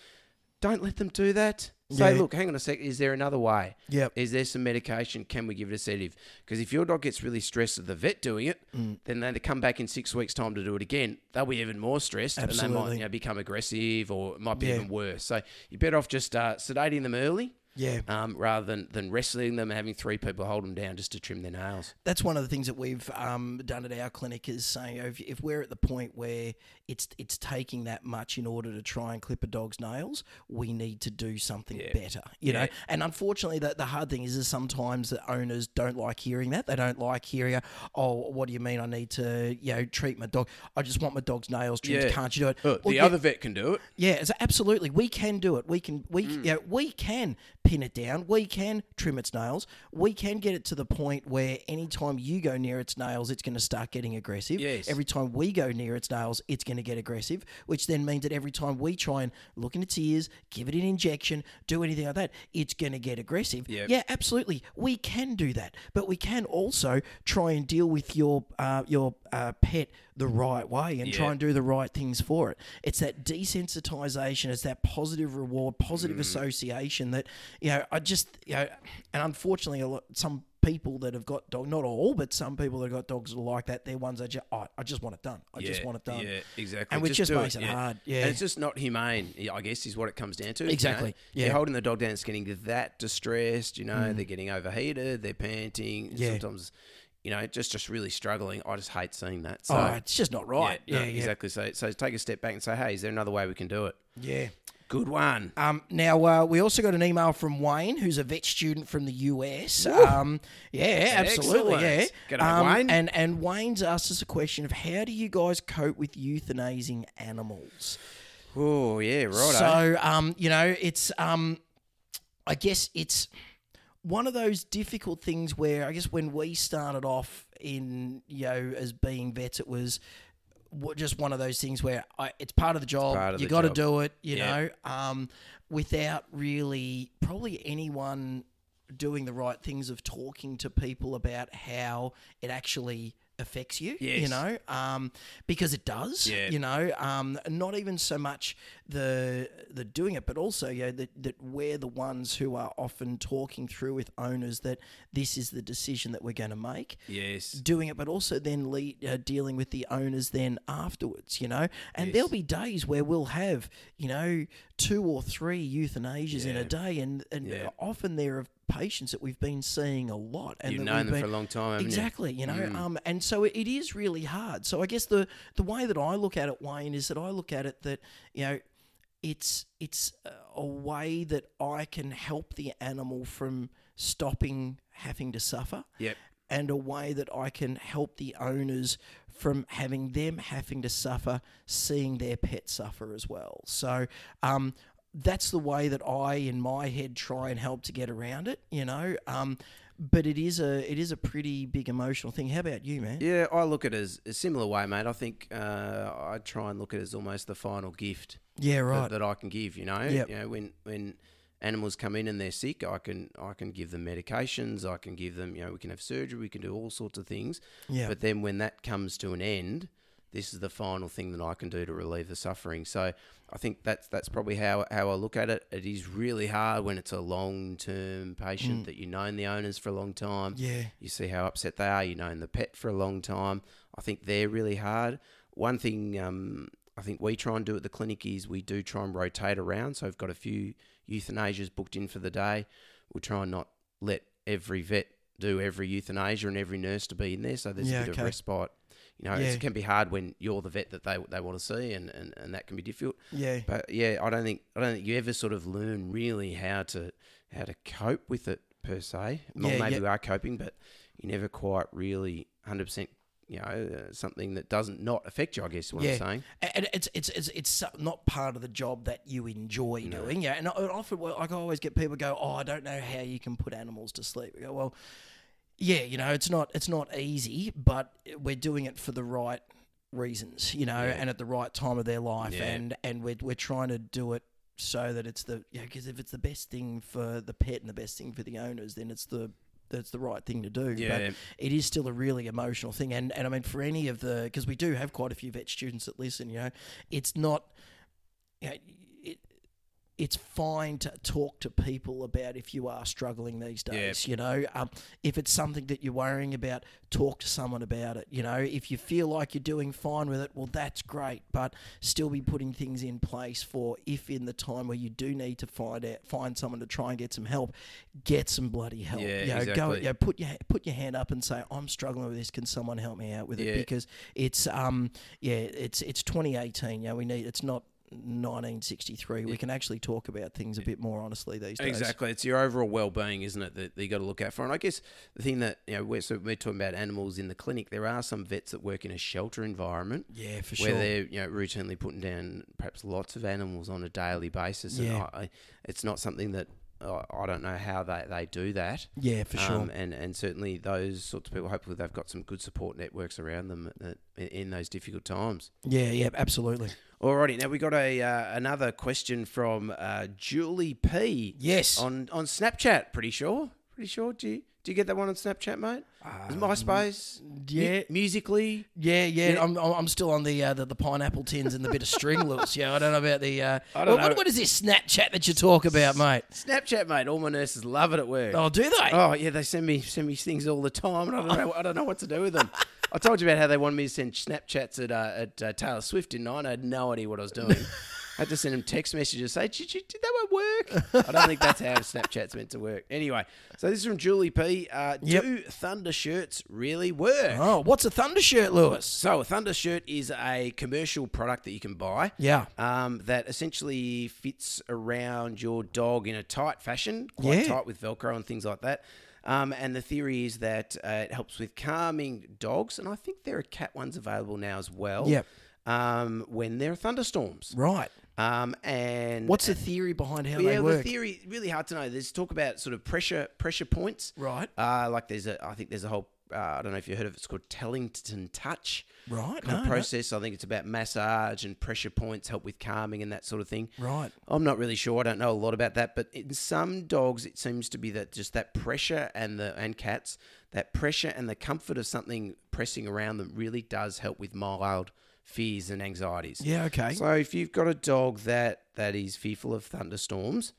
S3: Don't let them do that. Say,
S2: Yeah.
S3: look, hang on a sec. Is there another way?
S2: Yep.
S3: Is there some medication? Can we give it a sedative? Because if your dog gets really stressed at the vet doing it,
S2: Mm.
S3: then they come back in six weeks' time to do it again. They'll be even more stressed and they might
S2: Absolutely.
S3: you know, become aggressive or it might be
S2: Yeah.
S3: even worse. So you're better off just uh, sedating them early
S2: Yeah.
S3: um, rather than, than wrestling them and having three people hold them down just to trim their nails.
S2: that's one of the things that we've um, done at our clinic is saying you know, if, if we're at the point where it's it's taking that much in order to try and clip a dog's nails, we need to do something better, you know. And unfortunately, the, the hard thing is, is sometimes the owners don't like hearing that. They don't like hearing, oh, what do you mean I need to you know treat my dog? I just want my dog's nails trimmed.
S3: Yeah.
S2: Can't you do it?
S3: Uh,
S2: Well,
S3: the
S2: yeah,
S3: other vet can do it.
S2: yeah, it's absolutely. We can do it. We can. We you know, we can pin it down. We can trim its nails. We can get it to the point where anytime you go near its nails, it's going to start getting aggressive.
S3: Yes.
S2: Every time we go near its nails, it's going to get aggressive, which then means that every time we try and look in its ears, give it an injection, do anything like that, it's going to get aggressive.
S3: Yep.
S2: Yeah, absolutely. We can do that, but we can also try and deal with your uh, your uh, pet the right way and try
S3: Yeah.
S2: and do the right things for it. It's that desensitization, it's that positive reward,
S3: Mm.
S2: positive association that you know. I just you know, and unfortunately, a lot some people that have got dog, not all, but some people that have got dogs that are like that. They're ones that just, oh, I just want it done. I just
S3: Yeah,
S2: want it done.
S3: Yeah, exactly.
S2: And which just
S3: do
S2: makes it hard, yeah.
S3: And it's just not humane, yeah, I guess, is what it comes down to. you know.
S2: Exactly, yeah. Mm.
S3: You're holding the dog down, it's getting that distressed, you know, they're getting overheated, they're panting.
S2: Yeah.
S3: Sometimes, you know, just, just really struggling. I just hate seeing that. So,
S2: oh, it's just not right.
S3: yeah,
S2: Yeah,
S3: no,
S2: yeah,
S3: exactly. So, so take a step back and say, hey, is there another way we can do it?
S2: yeah.
S3: Good one.
S2: Um, now uh, we also got an email from Wayne, who's a vet student from the US. Um, yeah, absolutely.
S3: Excellent.
S2: Yeah, Um,
S3: G'day, Wayne.
S2: And and Wayne's asked us a question of how do you guys cope with euthanizing animals?
S3: Oh yeah, right.
S2: So um, you know, it's um, I guess it's one of those difficult things where I guess when we started off in you know as being vets, it was wa- just one of those things where I, it's part of the job.
S3: part of
S2: you
S3: the
S2: got to
S3: job.
S2: do it, you
S3: Yeah.
S2: know, um, without really probably anyone doing the right things of talking to people about how it actually affects you you
S3: Yes.
S2: know um because it does
S3: Yeah.
S2: you know um not even so much the the doing it but also you know that, that we're the ones who are often talking through with owners that this is the decision that we're going to make
S3: yes.
S2: doing it, but also then lead, uh, dealing with the owners then afterwards, you know. And there'll be days where we'll have, you know, two or three euthanasias in a day, and and
S3: Yeah.
S2: often there are patients that we've been seeing a lot, and
S3: You've
S2: that
S3: known
S2: we've
S3: them
S2: been,
S3: for a long time, haven't you? Mm.
S2: exactly, you, know. Um, and so it, it is really hard. So I guess the the way that I look at it, Wayne, is that I look at it that you know. It's it's a- a way that I can help the animal from stopping having to suffer
S3: Yep.
S2: and a way that I can help the owners from having them having to suffer, seeing their pet suffer as well. So, um, that's the way that I, in my head, try and help to get around it, you know. Um, but it is a it is a pretty big emotional thing. How about you, man?
S3: Yeah, I look at it as a similar way, mate. I think uh, I try and look at it as almost the final gift
S2: Yeah, right.
S3: that, that I can give. You know,
S2: Yep.
S3: you know when when animals come in and they're sick, I can I can give them medications. I can give them you know we can have surgery. We can do all sorts of things.
S2: Yeah.
S3: But then when that comes to an end, this is the final thing that I can do to relieve the suffering. So I think that's that's probably how how I look at it. It is really hard when it's a long term patient that you known the owners for a long
S2: Mm.
S3: time.
S2: Yeah.
S3: You see how upset they are. You known the pet for a long time. I think they're really hard. One thing um, I think we try and do at the clinic is we do try and rotate around. So I've got a few euthanasias booked in for the day. We'll try and not let every vet do every euthanasia and every nurse to be in there. So there's
S2: Yeah,
S3: a bit
S2: okay.
S3: of respite. You know,
S2: Yeah.
S3: it can be hard when you're the vet that they, they want to see, and, and, and that can be difficult.
S2: Yeah.
S3: But yeah, I don't think I don't think you ever sort of learn really how to how to cope with it per se. Well,
S2: Yeah,
S3: maybe
S2: yeah.
S3: we are coping, but you never quite really hundred percent. You know, uh, something that doesn't not affect you. I guess is what
S2: yeah.
S3: I'm saying.
S2: A- And it's it's it's it's so- not part of the job that you enjoy doing. Yeah, and I- and often well, like I always get people go, "Oh, I don't know how you can put animals to sleep." I go, "Well, yeah, you know, it's not it's not easy, but we're doing it for the right reasons, you know, and at the right time of their life,
S3: Yeah.
S2: and and we're we're trying to do it." So that it's the you because if it's the best thing for the pet and the best thing for the owners, then it's the that's the right thing to do.
S3: Yeah.
S2: But it is still a really emotional thing. And, and I mean, for any of the, because we do have quite a few vet students that listen, you know, it's not, you know, it, it's fine to talk to people about if you are struggling these days, you know. Um, if it's something that you're worrying about, talk to someone about it, you know. If you feel like you're doing fine with it, well, that's great, but still be putting things in place for if in the time where you do need to find out, find someone to try and get some help, get some bloody help.
S3: Yeah,
S2: you know, Go,
S3: exactly.
S2: you know, uh, put your put your hand up and say, "I'm struggling with this. Can someone help me out with it?"
S3: Yeah.
S2: Because it's um yeah, it's it's 2018. Yeah, we need it's not 1963. We can actually talk about things a bit more honestly these days.
S3: Exactly, it's your overall well-being, isn't it, that, that you got to look out for. And I guess the thing that you know, we're, so we're talking about animals in the clinic. There are some vets that work in a shelter environment.
S2: Yeah, for
S3: where
S2: sure.
S3: they're you know routinely putting down perhaps lots of animals on a daily basis, and
S2: Yeah.
S3: I, I, it's not something that I I don't know how they, they do that.
S2: Yeah, for sure.
S3: Um, and and certainly those sorts of people. Hopefully, they've got some good support networks around them that, in- in those difficult times.
S2: yeah, yeah, absolutely.
S3: Alrighty, now we got a uh, another question from uh, Julie P.
S2: Yes.
S3: on on Snapchat. Pretty sure. Pretty sure. Do you do you get that one on Snapchat, mate? Is it MySpace. Mu-
S2: Um, yeah.
S3: musically.
S2: Yeah, yeah,
S3: Yeah.
S2: I'm, I'm I'm still on the, uh, the the pineapple tins and the bit of string loops. Yeah, I don't know about the. Uh,
S3: don't
S2: what,
S3: know.
S2: what is this Snapchat that you talk about, mate?
S3: Snapchat, mate. All my nurses love it at work.
S2: Oh, do they?
S3: Oh yeah, they send me send me things all the time, and I don't know I don't know what to do with them. I told you about how they wanted me to send Snapchats at uh, at uh, Taylor Swift, didn't I? And I had no idea what I was doing. had to send him text messages say, did, you, did that one work? I don't think that's how Snapchat's meant to work. Anyway, so this is from Julie P. Uh,
S2: Yep.
S3: Do thunder shirts really work?
S2: Oh, what's a thunder shirt, Lewis?
S3: So a thunder shirt is a commercial product that you can buy.
S2: Yeah.
S3: Um, that essentially fits around your dog in a tight fashion, quite
S2: Yeah.
S3: tight with Velcro and things like that. Um, and the theory is that uh, it helps with calming dogs, and I think there are cat ones available now as well.
S2: Yep.
S3: Um, when there are thunderstorms.
S2: Right.
S3: Um, and
S2: What's the theory behind how
S3: yeah,
S2: they
S3: the
S2: work?
S3: theory really hard to know. There's talk about sort of pressure pressure points,
S2: Right.
S3: Uh, like there's a I think there's a whole uh, I don't know if you heard of it. It's called Tellington Touch.
S2: Right,
S3: kind of
S2: no, no.
S3: process. I think it's about massage and pressure points help with calming and that sort of thing.
S2: Right.
S3: I'm not really sure. I don't know a lot about that, but in some dogs, it seems to be that just that pressure and the and cats that pressure and the comfort of something pressing around them really does help with mild fears and anxieties.
S2: Yeah, okay.
S3: So if you've got a dog that that is fearful of thunderstorms,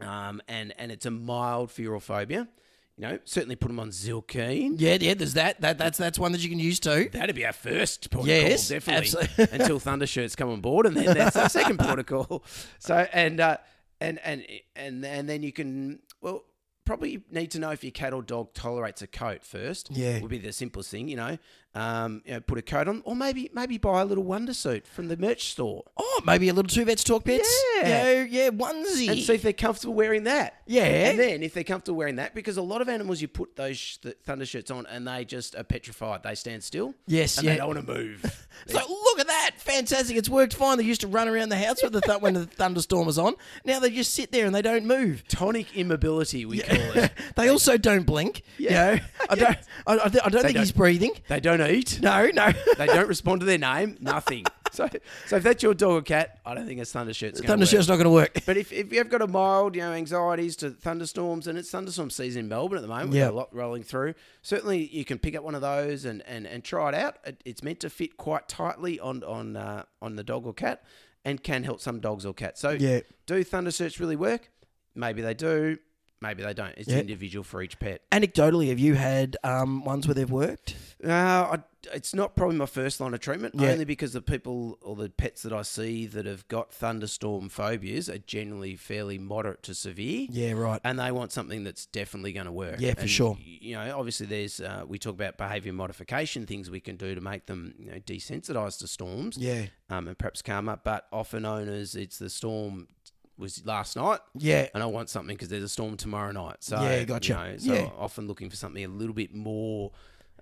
S3: um, and and it's a mild fear or phobia, you know, certainly put them on Zilkeen.
S2: yeah, yeah, there's that. that that's that's one that you can use too.
S3: That'd be our first port
S2: Yes,
S3: of call, definitely.
S2: absolutely.
S3: Until Thunder shirts come on board, and then that's our second port of call. So and uh, and and and and then you can well probably need to know if your cat or dog tolerates a coat first.
S2: Yeah.
S3: would be the simplest thing, you know. Um, you know, put a coat on, or maybe maybe buy a little wonder suit from the merch store.
S2: Oh, maybe a little two vets talk pets.
S3: Yeah.
S2: yeah, yeah onesie.
S3: and see if they're comfortable wearing that.
S2: Yeah.
S3: and then if they're comfortable wearing that, because a lot of animals you put those sh- the thunder shirts on and they just are petrified. They stand still.
S2: Yes,
S3: and
S2: yeah.
S3: they don't want to move.
S2: oh, So look at that, fantastic! It's worked fine. They used to run around the house with the th- when the thunderstorm was on. Now they just sit there and they don't move.
S3: Tonic immobility, we call it.
S2: They also don't blink.
S3: Yeah.
S2: You know, I don't. I, I, don't think
S3: don't.
S2: he's breathing.
S3: They don't eat.
S2: No, no.
S3: They don't respond to their name. Nothing. So, so if that's your dog or cat, I don't think a thunder shirt's going to
S2: Thunder shirt's not going to work.
S3: But if, if you've got a mild, you know, anxieties to thunderstorms, and it's thunderstorm season in Melbourne at the moment, we've
S2: Yeah.
S3: got a lot rolling through. Certainly, you can pick up one of those and, and, and try it out. It, it's meant to fit quite tightly on on uh, on the dog or cat, and can help some dogs or cats. So,
S2: Yeah.
S3: do thunder shirts really work? Maybe they do. Maybe they don't. It's
S2: Yeah.
S3: individual for each pet.
S2: Anecdotally, have you had um, ones where they've worked?
S3: Uh, I, it's not probably my first line of treatment,
S2: Yeah.
S3: only because the people or the pets that I see that have got thunderstorm phobias are generally fairly moderate to severe.
S2: Yeah, right.
S3: And they want something that's definitely going to work.
S2: Yeah, for
S3: And,
S2: sure.
S3: y- You know, obviously, there's uh, we talk about behaviour modification things we can do to make them you know, desensitised to storms,
S2: Yeah,
S3: um, and perhaps calmer. But often owners, it's the storm was last night,
S2: yeah.
S3: and I want something because there's a storm tomorrow night. So
S2: Yeah, gotcha.
S3: You know, so
S2: Yeah.
S3: often looking for something a little bit more.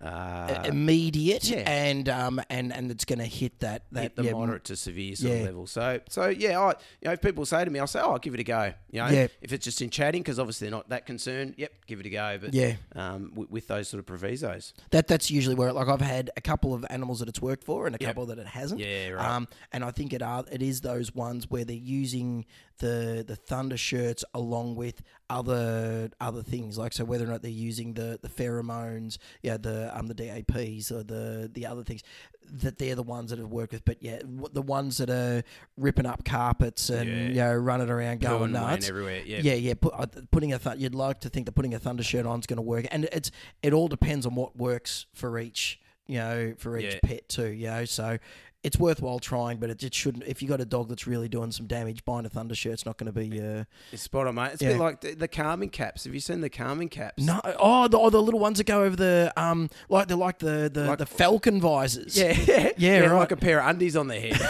S3: Uh,
S2: Immediate
S3: yeah.
S2: and um and and it's going to hit that that
S3: at the
S2: yeah,
S3: moderate to severe sort
S2: Yeah.
S3: of level. So, so yeah, I, you know, if people say to me, I'll say, oh, I'll give it a go. You know,
S2: Yeah.
S3: if it's just in chatting, because obviously they're not that concerned, yep, give it a go. But
S2: Yeah.
S3: um, with, with those sort of provisos.
S2: That that's usually where like I've had a couple of animals that it's worked for and a couple that it hasn't.
S3: Yeah, right.
S2: Um, and I think it are it is those ones where they're using the the thunder shirts along with other other things like so whether or not they're using the the pheromones, yeah, the um the DAPs or the the other things that they're the ones that have worked with. But yeah, w- the ones that are ripping up carpets and you know running around
S3: Pooing
S2: going
S3: and weighing
S2: nuts
S3: everywhere, yeah.
S2: yeah, yeah. Put, uh, putting a th- you'd like to think that putting a thunder shirt on is going to work, and it's it all depends on what works for each you know for each
S3: Yeah.
S2: pet too. You know, so it's worthwhile trying, but it, it shouldn't. If you got a dog that's really doing some damage, buying a thunder shirt's not going to be. Uh,
S3: It's spot on, mate. It's a
S2: Yeah.
S3: bit like the, the calming caps. Have you seen the calming caps?
S2: no, oh the, oh, the little ones that go over the um, like they're like the the, the falcon visors.
S3: Yeah, yeah,
S2: Yeah, right.
S3: like a pair of undies on their head.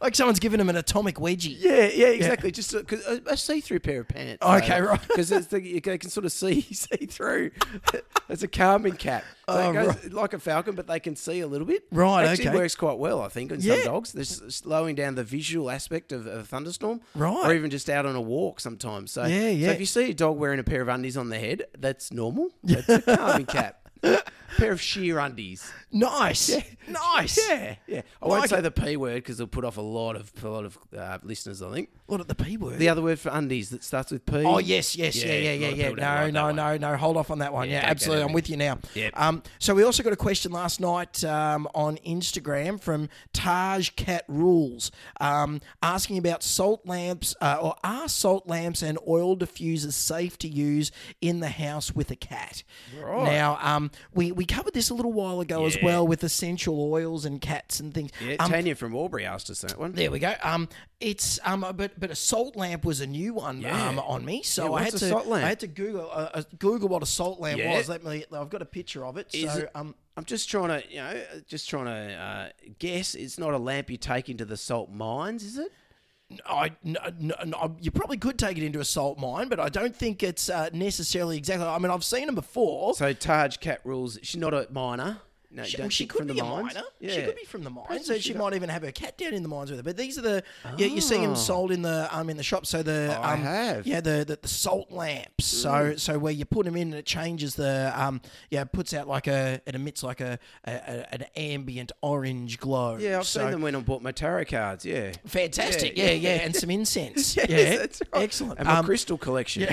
S2: like someone's giving them an atomic wedgie.
S3: yeah, yeah, exactly. Just a, 'cause uh, a, a see-through pair of pants.
S2: Okay, right.
S3: Because the, you can- you can sort of see see through. it's a Carmen cap. So
S2: Oh,
S3: it goes like a falcon, but they can see a little bit.
S2: Right,
S3: Actually,
S2: okay.
S3: works quite well, I think, in
S2: Yeah.
S3: some dogs. This slowing down the visual aspect of, of a thunderstorm,
S2: Right.
S3: Or even just out on a walk sometimes. So
S2: Yeah, yeah.
S3: So if you see a dog wearing a pair of undies on their head, that's normal. That's a Carmen cap. pair of sheer undies.
S2: Nice, nice.
S3: Yeah, yeah. I won't
S2: Like
S3: say
S2: it.
S3: the p word because it'll put off a lot of a lot of uh, listeners. I think.
S2: What at the p word?
S3: The other word for undies that starts with P.
S2: Oh yes, yes, yeah, yeah,
S3: a lot
S2: yeah,
S3: of
S2: yeah.
S3: people don't like
S2: No,
S3: that
S2: no, no, no. Hold off on that one. Yeah,
S3: don't go
S2: absolutely.
S3: down
S2: I'm with you now.
S3: Yep.
S2: Um, so we also got a question last night um, on Instagram from Taj Cat Rules, um, asking about salt lamps uh, or are salt lamps and oil diffusers safe to use in the house with a cat? Now, um, we we covered this a little while ago as well with essential oils and cats and things.
S3: Yeah,
S2: Um,
S3: Tanya from Aubrey asked us that one.
S2: there we go. Um, it's um, uh, but but a salt lamp was a new one
S3: Yeah.
S2: um, on me, so
S3: Yeah,
S2: I
S3: what's
S2: had
S3: a
S2: to
S3: salt lamp?
S2: I had to Google uh, uh, Google what a salt lamp
S3: Yeah.
S2: was. Let me. I've got a picture of it.
S3: Is
S2: so
S3: it-
S2: um,
S3: I'm just trying to, you know, just trying to uh, guess. It's not a lamp you take into the salt mines, is it?
S2: I n- uh, n- n- I- you probably could take it into a salt mine, but I don't think it's uh, necessarily exactly. I mean, I've seen them before.
S3: So Taj Cat rules. She's not a miner. No,
S2: She,
S3: don't
S2: well, she
S3: think
S2: could
S3: from
S2: be a
S3: the mines.
S2: miner.
S3: Yeah.
S2: She could be from the mines,
S3: Perhaps
S2: so
S3: if
S2: she
S3: she got-
S2: might even have her cat down in the mines with her. But these are the yeah you're seeing them sold in the um in the shop. So the
S3: Ah. I
S2: um
S3: have. Mm.
S2: yeah the, the the salt lamps. So so where you put them in and it changes the um yeah it puts out like a it emits like a, a, a an ambient orange glow.
S3: Yeah, I've
S2: so,
S3: seen them when I bought my tarot cards. Yeah.
S2: Fantastic. Yeah,
S3: Yeah,
S2: yeah,
S3: yeah.
S2: and some incense.
S3: Yes,
S2: yeah,
S3: that's right.
S2: excellent.
S3: And my
S2: Um,
S3: crystal collection.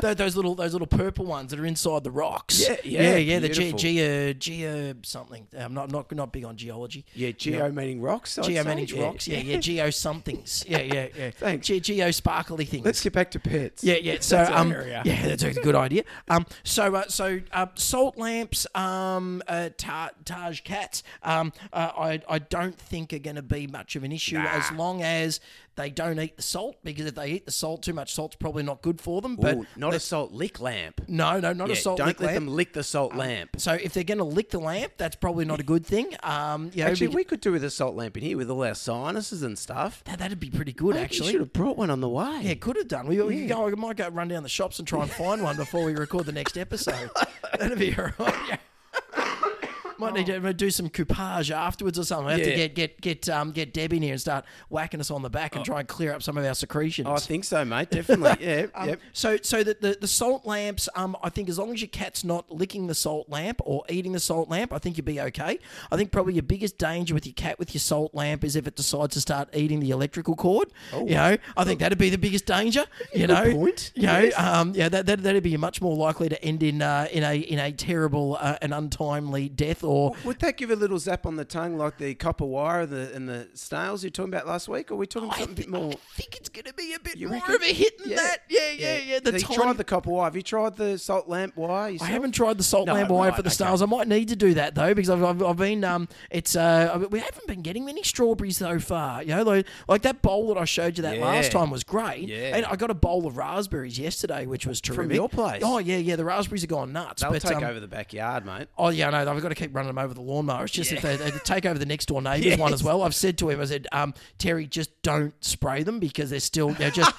S2: Tho- those little those little purple ones that are inside the rocks.
S3: Yeah, yeah,
S2: yeah, yeah the ge-
S3: beautiful.
S2: geo geo uh, something. I'm not not not big on geology.
S3: Yeah, geo meaning rocks. I'd
S2: Geo
S3: say.
S2: manage
S3: Oh, Yeah.
S2: rocks. Yeah, yeah, geo somethings. Yeah, yeah, yeah.
S3: Thanks.
S2: Ge- geo sparkly things.
S3: Let's get back to pets.
S2: yeah, yeah. So,
S3: That's our
S2: um,
S3: area.
S2: yeah, that's a good idea. Um, so, uh, so uh, salt lamps, um, uh, ta- Taj cats. Um, uh, I, I don't think are going to be much of an issue as long as they don't eat the salt because if they eat the salt too much, salt's probably not good for them. But
S3: Ooh, not a salt lick lamp.
S2: no, no, not a
S3: Yeah,
S2: salt.
S3: don't
S2: lick
S3: let
S2: lamp. Um,
S3: them lick the salt lamp.
S2: So if they're going to lick the lamp, that's probably not a good thing. Um, you know,
S3: Actually,
S2: beca-
S3: we could do with a salt lamp in here with all our sinuses and stuff.
S2: that, that'd be pretty good
S3: we
S2: actually.
S3: should have brought one on the way.
S2: Yeah, could have done. We, we could go, I might go run down the shops and try and find one before we record the next episode. That'd be all right. Yeah. Might need to do some coupage afterwards or something. I have to
S3: Yeah. Oh.
S2: get get get um get Deb in here and start whacking us on the back and try and clear up some of our secretions.
S3: I think so, mate. Definitely. Yeah. yep.
S2: Um, So so that the, the salt lamps, um, I think as long as your cat's not licking the salt lamp or eating the salt lamp, I think you'd be okay. I think probably your biggest danger with your cat with your salt lamp is if it decides to start eating the electrical cord. You know, I think that'd be the biggest danger. You know,
S3: point.
S2: You know, um, yeah, that that that'd be much more likely to end in uh, in a in a terrible uh, and untimely death or.
S3: Would that give a little zap on the tongue like the copper wire and the, and the snails you were talking about last week? Or are we talking
S2: I,
S3: something a bit more?
S2: I think it's going to be a bit
S3: You
S2: more
S3: reckon?
S2: of a hit than that. Yeah, yeah, yeah. The
S3: Have you
S2: tiny-
S3: tried the copper wire? Have you tried the salt lamp wire?
S2: I
S3: yourself?
S2: haven't tried the salt
S3: No,
S2: lamp wire
S3: right,
S2: for the
S3: okay.
S2: snails. I might need to do that though because I've, I've, I've been um it's uh I- we haven't been getting many strawberries so far. You know, like, like that bowl that I showed you that
S3: Yeah.
S2: last time was great.
S3: Yeah.
S2: And I got a bowl of raspberries yesterday, which was terrific.
S3: your place?
S2: Oh yeah, yeah. The raspberries are gone nuts.
S3: They'll
S2: but,
S3: take
S2: um,
S3: over the backyard, mate.
S2: Oh yeah, no, I've got to keep running them over the lawnmower. It's just if they, they take over the next door neighbour's one as well. I've said to him, I said, um, Terry, just don't spray them because they're still you know, just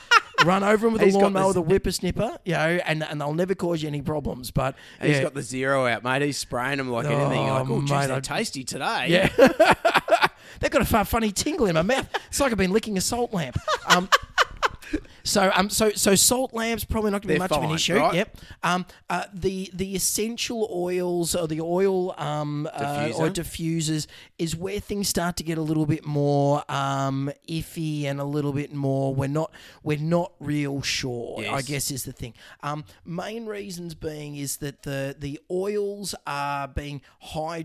S2: run over them with
S3: He's
S2: a
S3: got
S2: lawnmower,
S3: this-
S2: with a whippersnipper, you know, and and they'll never cause you any problems. But
S3: He's
S2: yeah.
S3: got the zero out, mate. He's spraying them like anything. You're like,
S2: Oh,
S3: oh, geez,
S2: mate,
S3: they're
S2: I-
S3: tasty today.
S2: Yeah. They've got a far funny tingle in my mouth. It's like I've been licking a salt lamp. Um, so um so so salt lamps probably not going to be
S3: They're
S2: much of an
S3: fine,
S2: issue.
S3: right?
S2: Yep. Um uh, the the essential oils or the oil um uh, or diffusers is where things start to get a little bit more um iffy and a little bit more we're not we're not real sure. I
S3: Yes.
S2: guess is the thing. Um main reasons being is that the the oils are being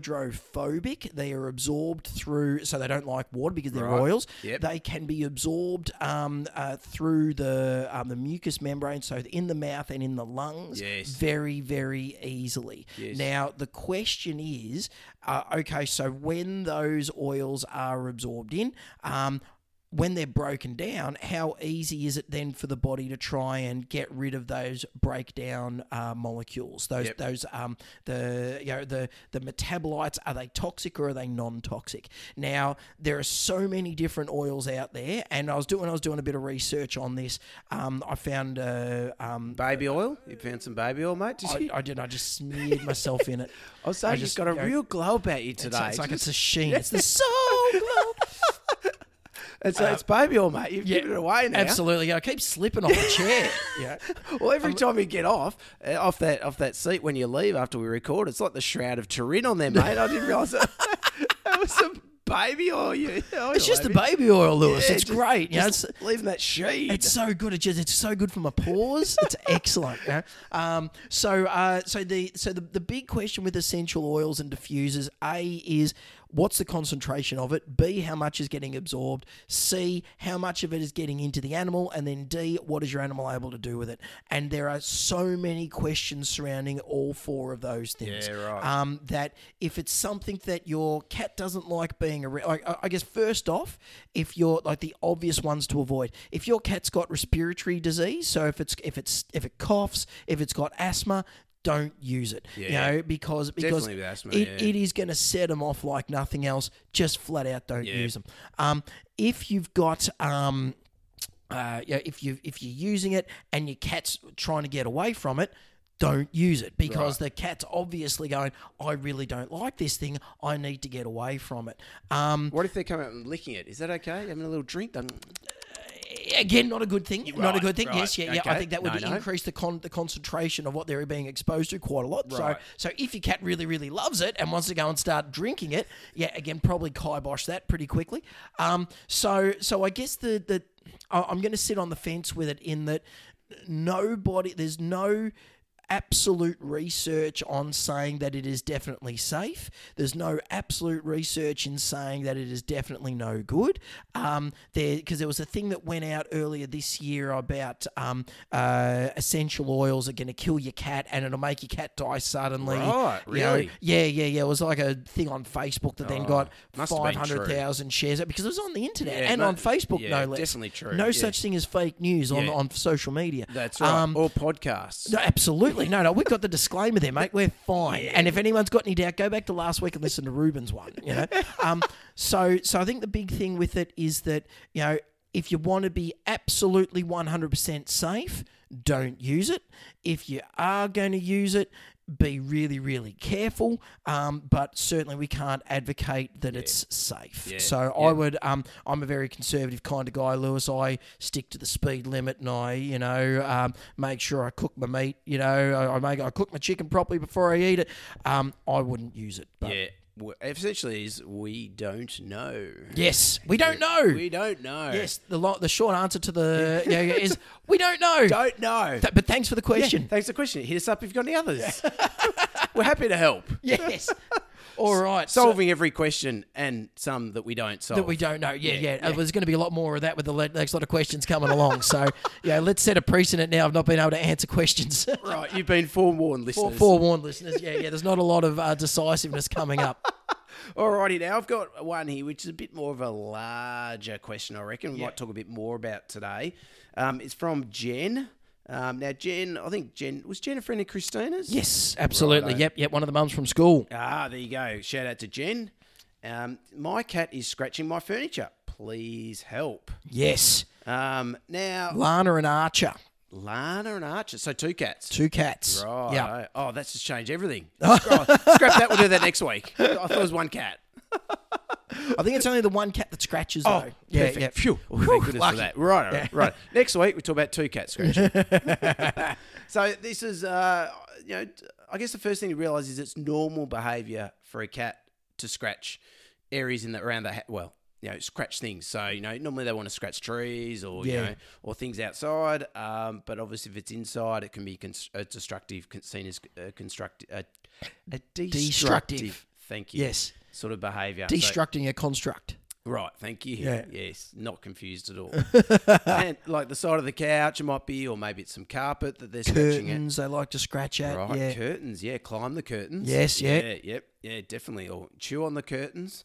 S2: hydrophobic. They are absorbed through so they don't like water because they're oils.
S3: Yep.
S2: They can be absorbed um, uh, through the um, the mucous membrane, so in the mouth and in the lungs,
S3: Yes.
S2: very very easily. Now the question is, uh, okay, so when those oils are absorbed in. Um, when they're broken down, how easy is it then for the body to try and get rid of those breakdown uh, molecules? Those those um the you know the the metabolites are they toxic or are they non-toxic? Now there are so many different oils out there, and I was doing I was doing a bit of research on this. Um, I found uh, um.
S3: Baby oil. You found some baby oil, mate? Did
S2: I,
S3: you?
S2: I did. I just smeared myself in it.
S3: I was saying,
S2: just-
S3: you've got a
S2: yeah.
S3: real glow about you today.
S2: It's, it's like it's a sheen. It's the so glow.
S3: It's, it's baby oil, mate. You've given it away now.
S2: Absolutely. I keep slipping off the chair. Yeah.
S3: Well, every time you get off uh, off that off that seat when you leave after we record, it's like the shroud of Turin on there, mate. I didn't realise that, that was some baby oil. You,
S2: It's just the baby oil, Lewis.
S3: Yeah,
S2: it's
S3: just-
S2: great. You know, it's,
S3: leaving that sheet.
S2: it's so good. It just, it's so good for my pores. It's excellent. you know. Um, so uh, so the so the, the big question with essential oils and diffusers, a is what's the concentration of it? B, how much is getting absorbed? C, how much of it is getting into the animal? And then D, what is your animal able to do with it? And there are so many questions surrounding all four of those things.
S3: Yeah, right.
S2: Um, that if it's something that your cat doesn't like being around, like, I- I guess first off, if you're like the obvious ones to avoid, if your cat's got respiratory disease, so if it's if it's if it coughs, if it's got asthma, don't use it.
S3: Yeah.
S2: You know because because
S3: Definitely with asthma,
S2: it,
S3: yeah.
S2: it is going to set them off like nothing else. Just flat out don't use them. Um, if you've got um, uh, you know, if you if you're using it and your cat's trying to get away from it, don't use it because the cat's obviously going. I really don't like this thing. I need to get away from it. Um,
S3: What if they come out and licking it? Is that okay? Having a little drink? Then
S2: again, not a good thing. not a
S3: right,
S2: good thing.
S3: right,
S2: Yes, yeah, yeah. I
S3: okay.
S2: think that would
S3: No, no.
S2: increase the con- the concentration of what they're being exposed to quite a lot.
S3: Right.
S2: So, so if your cat really, really loves it and wants to go and start drinking it, yeah, again, probably kibosh that pretty quickly. Um, so, so I guess the the I- I'm going to sit on the fence with it in that nobody, there's no absolute research on saying that it is definitely safe. There's no absolute research in saying that it is definitely no good. Um, there because there was a thing that went out earlier this year about um, uh, essential oils are going to kill your cat and it'll make your cat die suddenly.
S3: Right,
S2: You know,
S3: really? Oh,
S2: yeah, yeah, yeah. It was like a thing on Facebook that then got
S3: must have been
S2: five hundred thousand shares because it was on the internet
S3: Yeah,
S2: and
S3: mu-
S2: on Facebook,
S3: yeah,
S2: no less.
S3: definitely true,
S2: No
S3: yeah.
S2: such thing as fake news on,
S3: Yeah.
S2: on social media.
S3: that's right.
S2: Um,
S3: or podcasts.
S2: no, absolutely. No, no, we've got the disclaimer there, mate. We're fine. And if anyone's got any doubt, go back to last week and listen to Ruben's one. You know? Um, so so I think the big thing with it is that, you know, if you want to be absolutely 100% safe, don't use it. If you are going to use it, be really, really careful. Um, but certainly, we can't advocate that it's safe. So I would. Um, I'm a very conservative kind of guy, Lewis. I stick to the speed limit, and I, you know, um, make sure I cook my meat. You know, I, I make I cook my chicken properly before I eat it. Um, I wouldn't use it. But
S3: Yeah. Well, Essentially, is we don't know.
S2: yes, we don't know.
S3: We don't know.
S2: yes, the lo- the short answer to the yeah, yeah, is we don't know.
S3: Don't know.
S2: Th- but thanks for the question.
S3: Thanks for the question. Hit us up if you've got any others. We're happy to help.
S2: yes. All right. so-
S3: Solving every question and some that we don't solve.
S2: that we don't know. Oh, Yeah, yeah. Uh, There's going to be a lot more of that with the le- next lot of questions coming along. So, yeah, let's set a precedent now of not being able to answer questions.
S3: Right. You've been forewarned,
S2: For-
S3: listeners.
S2: Forewarned listeners. Yeah, yeah. There's not a lot of uh, decisiveness coming up.
S3: Alrighty, now I've got one here, which is a bit more of a larger question, I reckon. We might talk a bit more about today. Um, it's from Jen. Um, now, Jen, I think Jen was Jen a friend of Christina's?
S2: Yes, absolutely. Yep, yep. One of the mums from school.
S3: Ah, there you go. Shout out to Jen. Um, my cat is scratching my furniture. Please help.
S2: Yes,
S3: Um, now,
S2: Lana and Archer,
S3: Lana and Archer. So two cats.
S2: two cats.
S3: Right.
S2: Yeah.
S3: Oh, that's just changed everything. Scrap scrap that. We'll do that next week. I thought it was one cat.
S2: I think it's only the one cat that scratches.
S3: Oh,
S2: though.
S3: perfect. Phew. Oh, thank goodness
S2: lucky.
S3: for that. Right, right, right. Next week we talk about two cat scratching. so this is, uh, you know, I guess the first thing you realise is it's normal behaviour for a cat to scratch areas in the around the ha- well, you know, scratch things. So you know, normally they want to scratch trees or you
S2: Yeah.
S3: know or things outside. Um, but obviously if it's inside, it can be cons- uh, destructive, con- seen as uh, constructive, uh, a destructive.
S2: Destructive.
S3: Thank you.
S2: Yes,
S3: Sort of behaviour. So-
S2: destructing a construct.
S3: Right, thank you.
S2: Yeah.
S3: Yes, not confused at all. and like the side of the couch, it might be, or maybe it's some carpet that they're scratching at.
S2: Curtains they like to scratch at.
S3: Right,
S2: Yeah.
S3: curtains. Yeah, climb the curtains.
S2: Yes, yeah.
S3: Yeah, yep, yeah, definitely. Or chew on the curtains.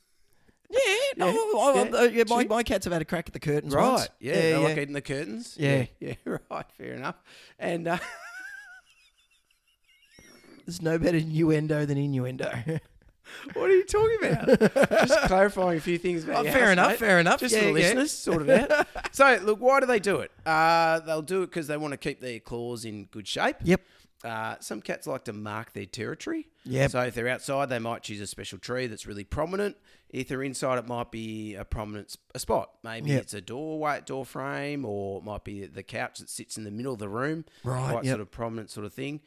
S2: Yeah, Oh, no, I- I-
S3: yeah.
S2: I- yeah, my, my cat's have had a crack at the curtains once.
S3: Right. Yeah, they like eating the curtains.
S2: Yeah.
S3: yeah. Right. Fair enough. And uh,
S2: There's no better innuendo than innuendo.
S3: what are you talking about? Just clarifying a few things about. your house, mate.
S2: Oh, enough.
S3: Just for the listeners, sort of out. so, look, why do they do it? Uh, they'll do it because they want to keep their claws in good shape.
S2: Yep.
S3: Uh, some cats like to mark their territory.
S2: Yep.
S3: So if they're outside, they might choose a special tree that's really prominent. If they're inside, it might be a prominent sp- a spot. Maybe
S2: Yep.
S3: it's a doorway, door frame, or it might be the couch that sits in the middle of the room.
S2: Right,
S3: Quite
S2: yep.
S3: sort of prominent sort of thing.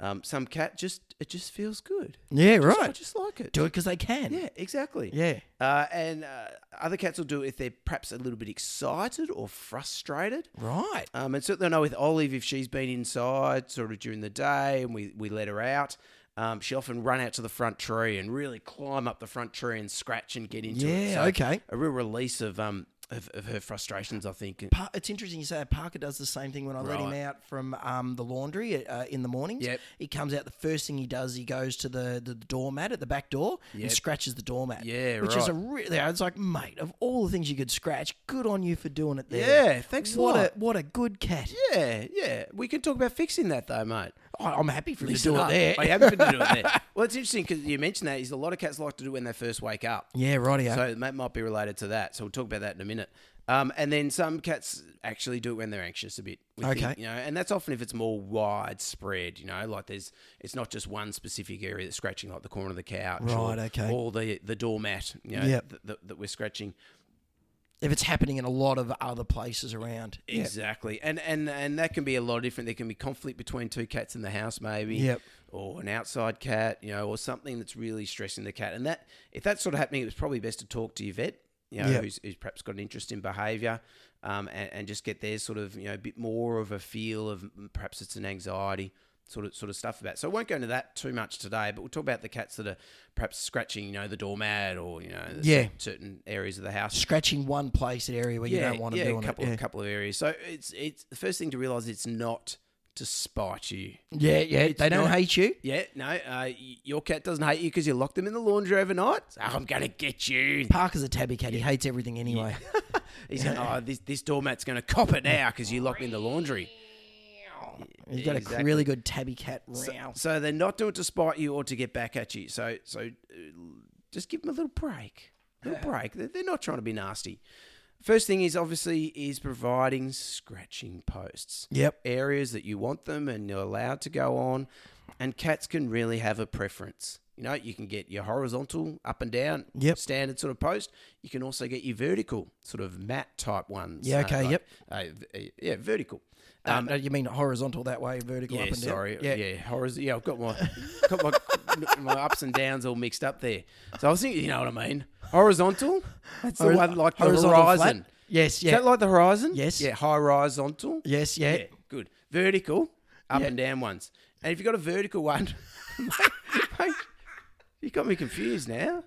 S3: Um, some cat just it just feels good.
S2: Yeah,
S3: Just- I
S2: right.
S3: just like it.
S2: Do it because they can.
S3: Yeah, exactly.
S2: Yeah.
S3: Uh, and uh, other cats will do it if they're perhaps a little bit excited or frustrated.
S2: Right.
S3: Um, and certainly I know with Olive, if she's been inside sort of during the day and we, we let her out, Um, she often run out to the front tree and really climb up the front tree and scratch and get into it.
S2: Yeah, okay.
S3: A real release of um of, of her frustrations, I think.
S2: Pa- it's interesting you say that Parker does the same thing when I let him
S3: Right.
S2: out from um, the laundry uh, in the mornings.
S3: Yep.
S2: He comes out, the first thing he does, he goes to the, the doormat at the back door and
S3: Yep.
S2: scratches the doormat.
S3: Yeah,
S2: Which is
S3: right.
S2: a really, I was like, mate, of all the things you could scratch, good on you for doing it there.
S3: Yeah, thanks a
S2: what
S3: lot.
S2: A, what a good cat.
S3: Yeah, yeah. We can talk about fixing that though, mate.
S2: I- I'm happy for him to
S3: Listen
S2: do it
S3: up.
S2: there.
S3: I am going to do it there. Well, it's interesting because you mentioned that is a lot of cats like to do it when they first wake up.
S2: Yeah, rightio.
S3: So that might be related to that. So we'll talk about that in a minute. Um, and then some cats actually do it when they're anxious a bit. We think,
S2: Okay.
S3: you know, and that's often if it's more widespread. You know, like there's, it's not just one specific area that's scratching, like the corner of the couch, or-
S2: Right, okay.
S3: or the the doormat. You know,
S2: Yep.
S3: th- th- that we're scratching.
S2: if it's happening in a lot of other places around. Yeah.
S3: Exactly, and and and that can be a lot of different. There can be conflict between two cats in the house, maybe,
S2: Yep.
S3: or an outside cat, you know, or something that's really stressing the cat. And that if that's sort of happening, it was probably best to talk to your vet, you know,
S2: Yep.
S3: who's, who's perhaps got an interest in behaviour, um, and, and just get their sort of you know a bit more of a feel of mm, perhaps it's an anxiety. Sort of, sort of stuff about. So I won't go into that too much today, but we'll talk about the cats that are perhaps scratching, you know, the doormat or you know,
S2: Yeah.
S3: certain areas of the house
S2: Scratching one place, an area where you don't want to
S3: yeah,
S2: do
S3: a
S2: it.
S3: couple
S2: yeah.
S3: a couple of areas. So it's it's the first thing to realize it's not to spite you.
S2: yeah, yeah. They don't
S3: not-
S2: hate you.
S3: Yeah, no, uh, y- your cat doesn't hate you because you locked them in the laundry overnight. So I'm gonna get you.
S2: Parker's a tabby cat. He hates everything anyway.
S3: He's going, oh, this this doormat's gonna cop it now because you locked me in the laundry.
S2: He's got a
S3: Exactly.
S2: really good tabby cat row.
S3: So they're not doing it to spite you or to get back at you. So so uh, just give them a little break, a little break. They're, they're not trying to be nasty. First thing is obviously is providing scratching posts.
S2: Yep.
S3: areas that you want them and you're allowed to go on. And cats can really have a preference. You know, you can get your horizontal up and down
S2: Yep.
S3: standard sort of post. You can also get your vertical sort of mat type ones.
S2: Yeah, okay, yep.
S3: uh, v- uh, yeah, vertical.
S2: Um, you mean horizontal that way, vertical
S3: Yeah,
S2: up and down?
S3: sorry. Yeah, yeah, horiz- yeah I've got my got my, my ups and downs all mixed up there. So I was thinking, you know what I mean? Horizontal. That's the
S2: Horiz-
S3: one like the
S2: horizontal flat?
S3: horizon.
S2: Yes, yeah.
S3: Is that like the horizon?
S2: Yes.
S3: Yeah, horizontal.
S2: Yes, yeah.
S3: Yeah, good. Vertical, up
S2: Yeah.
S3: and down ones. And if you've got a vertical one, make- you got me confused now.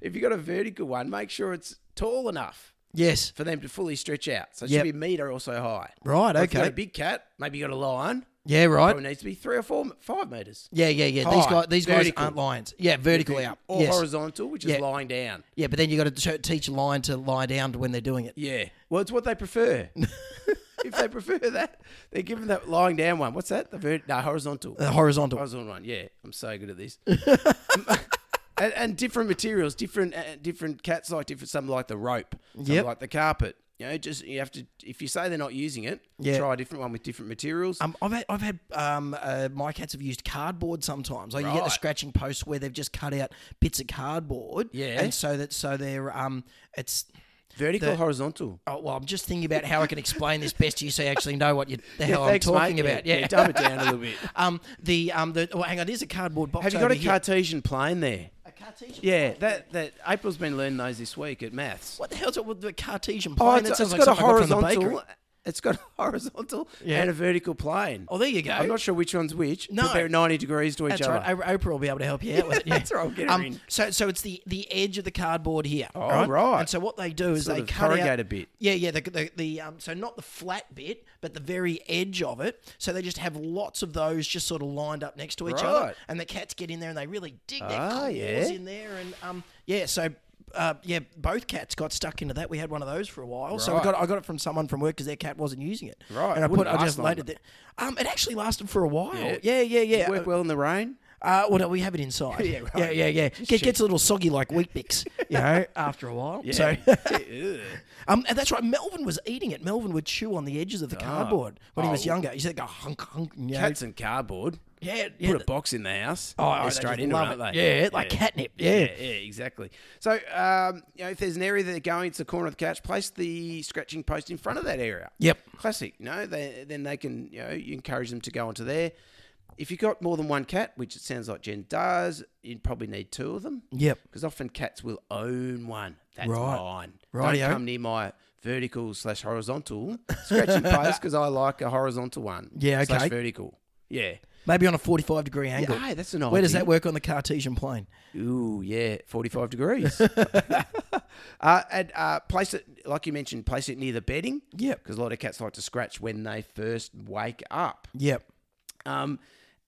S3: If you've got a vertical one, make sure it's tall enough
S2: Yes.
S3: for them to fully stretch out. So it
S2: Yep.
S3: should be a metre or so high.
S2: Right,
S3: If you've got
S2: okay.
S3: a big cat, maybe you've got a lion,
S2: Yeah, right.
S3: probably needs to be three or four, five metres.
S2: Yeah, yeah, yeah. These
S3: High,
S2: guys, these guys
S3: vertical.
S2: aren't lions. Yeah, vertically up.
S3: Or
S2: yes.
S3: horizontal, which is
S2: Yeah.
S3: lying down.
S2: Yeah, but then you got to teach a lion to lie down when they're doing it.
S3: Yeah. Well, it's what they prefer. if they prefer that, they're given that lying down one. What's that? The vert- no, horizontal.
S2: Uh, horizontal.
S3: Horizontal one. Yeah, I'm so good at this. and, and different materials, different uh, different cats like different. Some like the rope. Some
S2: Yep.
S3: like the carpet. You know, just you have to. If you say they're not using it,
S2: Yeah.
S3: try a different one with different materials.
S2: Um, I've had, I've had um, uh, my cats have used cardboard sometimes. Like you get the
S3: Right.
S2: scratching posts where they've just cut out bits of cardboard.
S3: Yeah.
S2: And so that so they're um it's
S3: Vertical,
S2: the-
S3: horizontal.
S2: oh, well I'm just thinking about how I can explain this best to you so you actually know what you the hell
S3: thanks,
S2: I'm talking
S3: mate.
S2: about. Yeah.
S3: dumb it down a little bit.
S2: um the um the oh, hang on there's a cardboard box.
S3: Have you got
S2: over
S3: a
S2: here.
S3: Cartesian plane there?
S2: A Cartesian?
S3: Yeah, that that April's been learning those this week at maths.
S2: What the hell's it with the Cartesian
S3: Oh,
S2: plane?
S3: it's,
S2: that sounds
S3: it's
S2: like
S3: got a
S2: something I Oh, got from the
S3: horizontal.
S2: bakery.
S3: It's got a horizontal
S2: Yeah.
S3: and a vertical plane.
S2: Oh, there you go.
S3: I'm not sure which one's which.
S2: No.
S3: but they're 90 degrees to each
S2: That's
S3: other.
S2: right. O- Oprah will be able to help you out with it. Yeah.
S3: That's right, I'll get her in.
S2: So, so it's the, the edge of the cardboard here. Oh,
S3: right.
S2: And so what they do is
S3: Sort
S2: they
S3: of
S2: cut out
S3: corrugate a bit.
S2: Yeah, yeah. The, the, the um, so not the flat bit, but the very edge of it. So they just have lots of those just sort of lined up next to each other,
S3: Right.
S2: and the cats get in there and they really dig their
S3: Ah,
S2: claws
S3: yeah.
S2: in there, and um, yeah. So. Uh, yeah, both cats got stuck into that. We had one of those for a while, so I
S3: Right.
S2: got I got it from someone from work because their cat wasn't using it.
S3: Right,
S2: and I put
S3: wouldn't
S2: I
S3: last
S2: just
S3: long,
S2: laid it there. Um, it actually lasted for a while.
S3: Yeah.
S2: Yeah, yeah, yeah.
S3: Does it work well in the rain.
S2: Uh, well, no, we have it inside. yeah,
S3: right.
S2: yeah, yeah, It gets a little soggy like wheat bix, you know, after a while. So,
S3: Ugh.
S2: um, and that's right. Melvin was eating it. Melvin would chew on the edges of the cardboard when he was younger. He said, "Go hunk, hunk." You know.
S3: Ah. Oh. Cats and cardboard.
S2: yeah, yeah.
S3: Put a box in the house.
S2: Oh,
S3: they're
S2: they
S3: straight
S2: just
S3: into
S2: love
S3: it, aren't
S2: it.
S3: they?
S2: Yeah, like catnip.
S3: Yeah,
S2: Yeah.
S3: yeah, exactly. So, um, you know, if there's an area that they're going to the corner of the couch, place the scratching post in front of that area.
S2: Yep.
S3: Classic. No, they, then they can, you know, you encourage them to go onto there. If you've got more than one cat, which it sounds like Jen does, you'd probably need two of them.
S2: Yep.
S3: Because often cats will own one. That's
S2: Right.
S3: mine.
S2: Rightio.
S3: Don't come near my vertical slash horizontal scratching post because I like a horizontal one.
S2: Yeah, okay.
S3: Slash vertical. Yeah.
S2: Maybe on a 45 degree angle.
S3: hey, that's an
S2: Where does
S3: idea.
S2: that work on the Cartesian plane?
S3: Ooh, yeah, 45 degrees. uh, and uh, place it, like you mentioned, place it near the bedding.
S2: Yep.
S3: Because a lot of cats like to scratch when they first wake up.
S2: Yep.
S3: Um,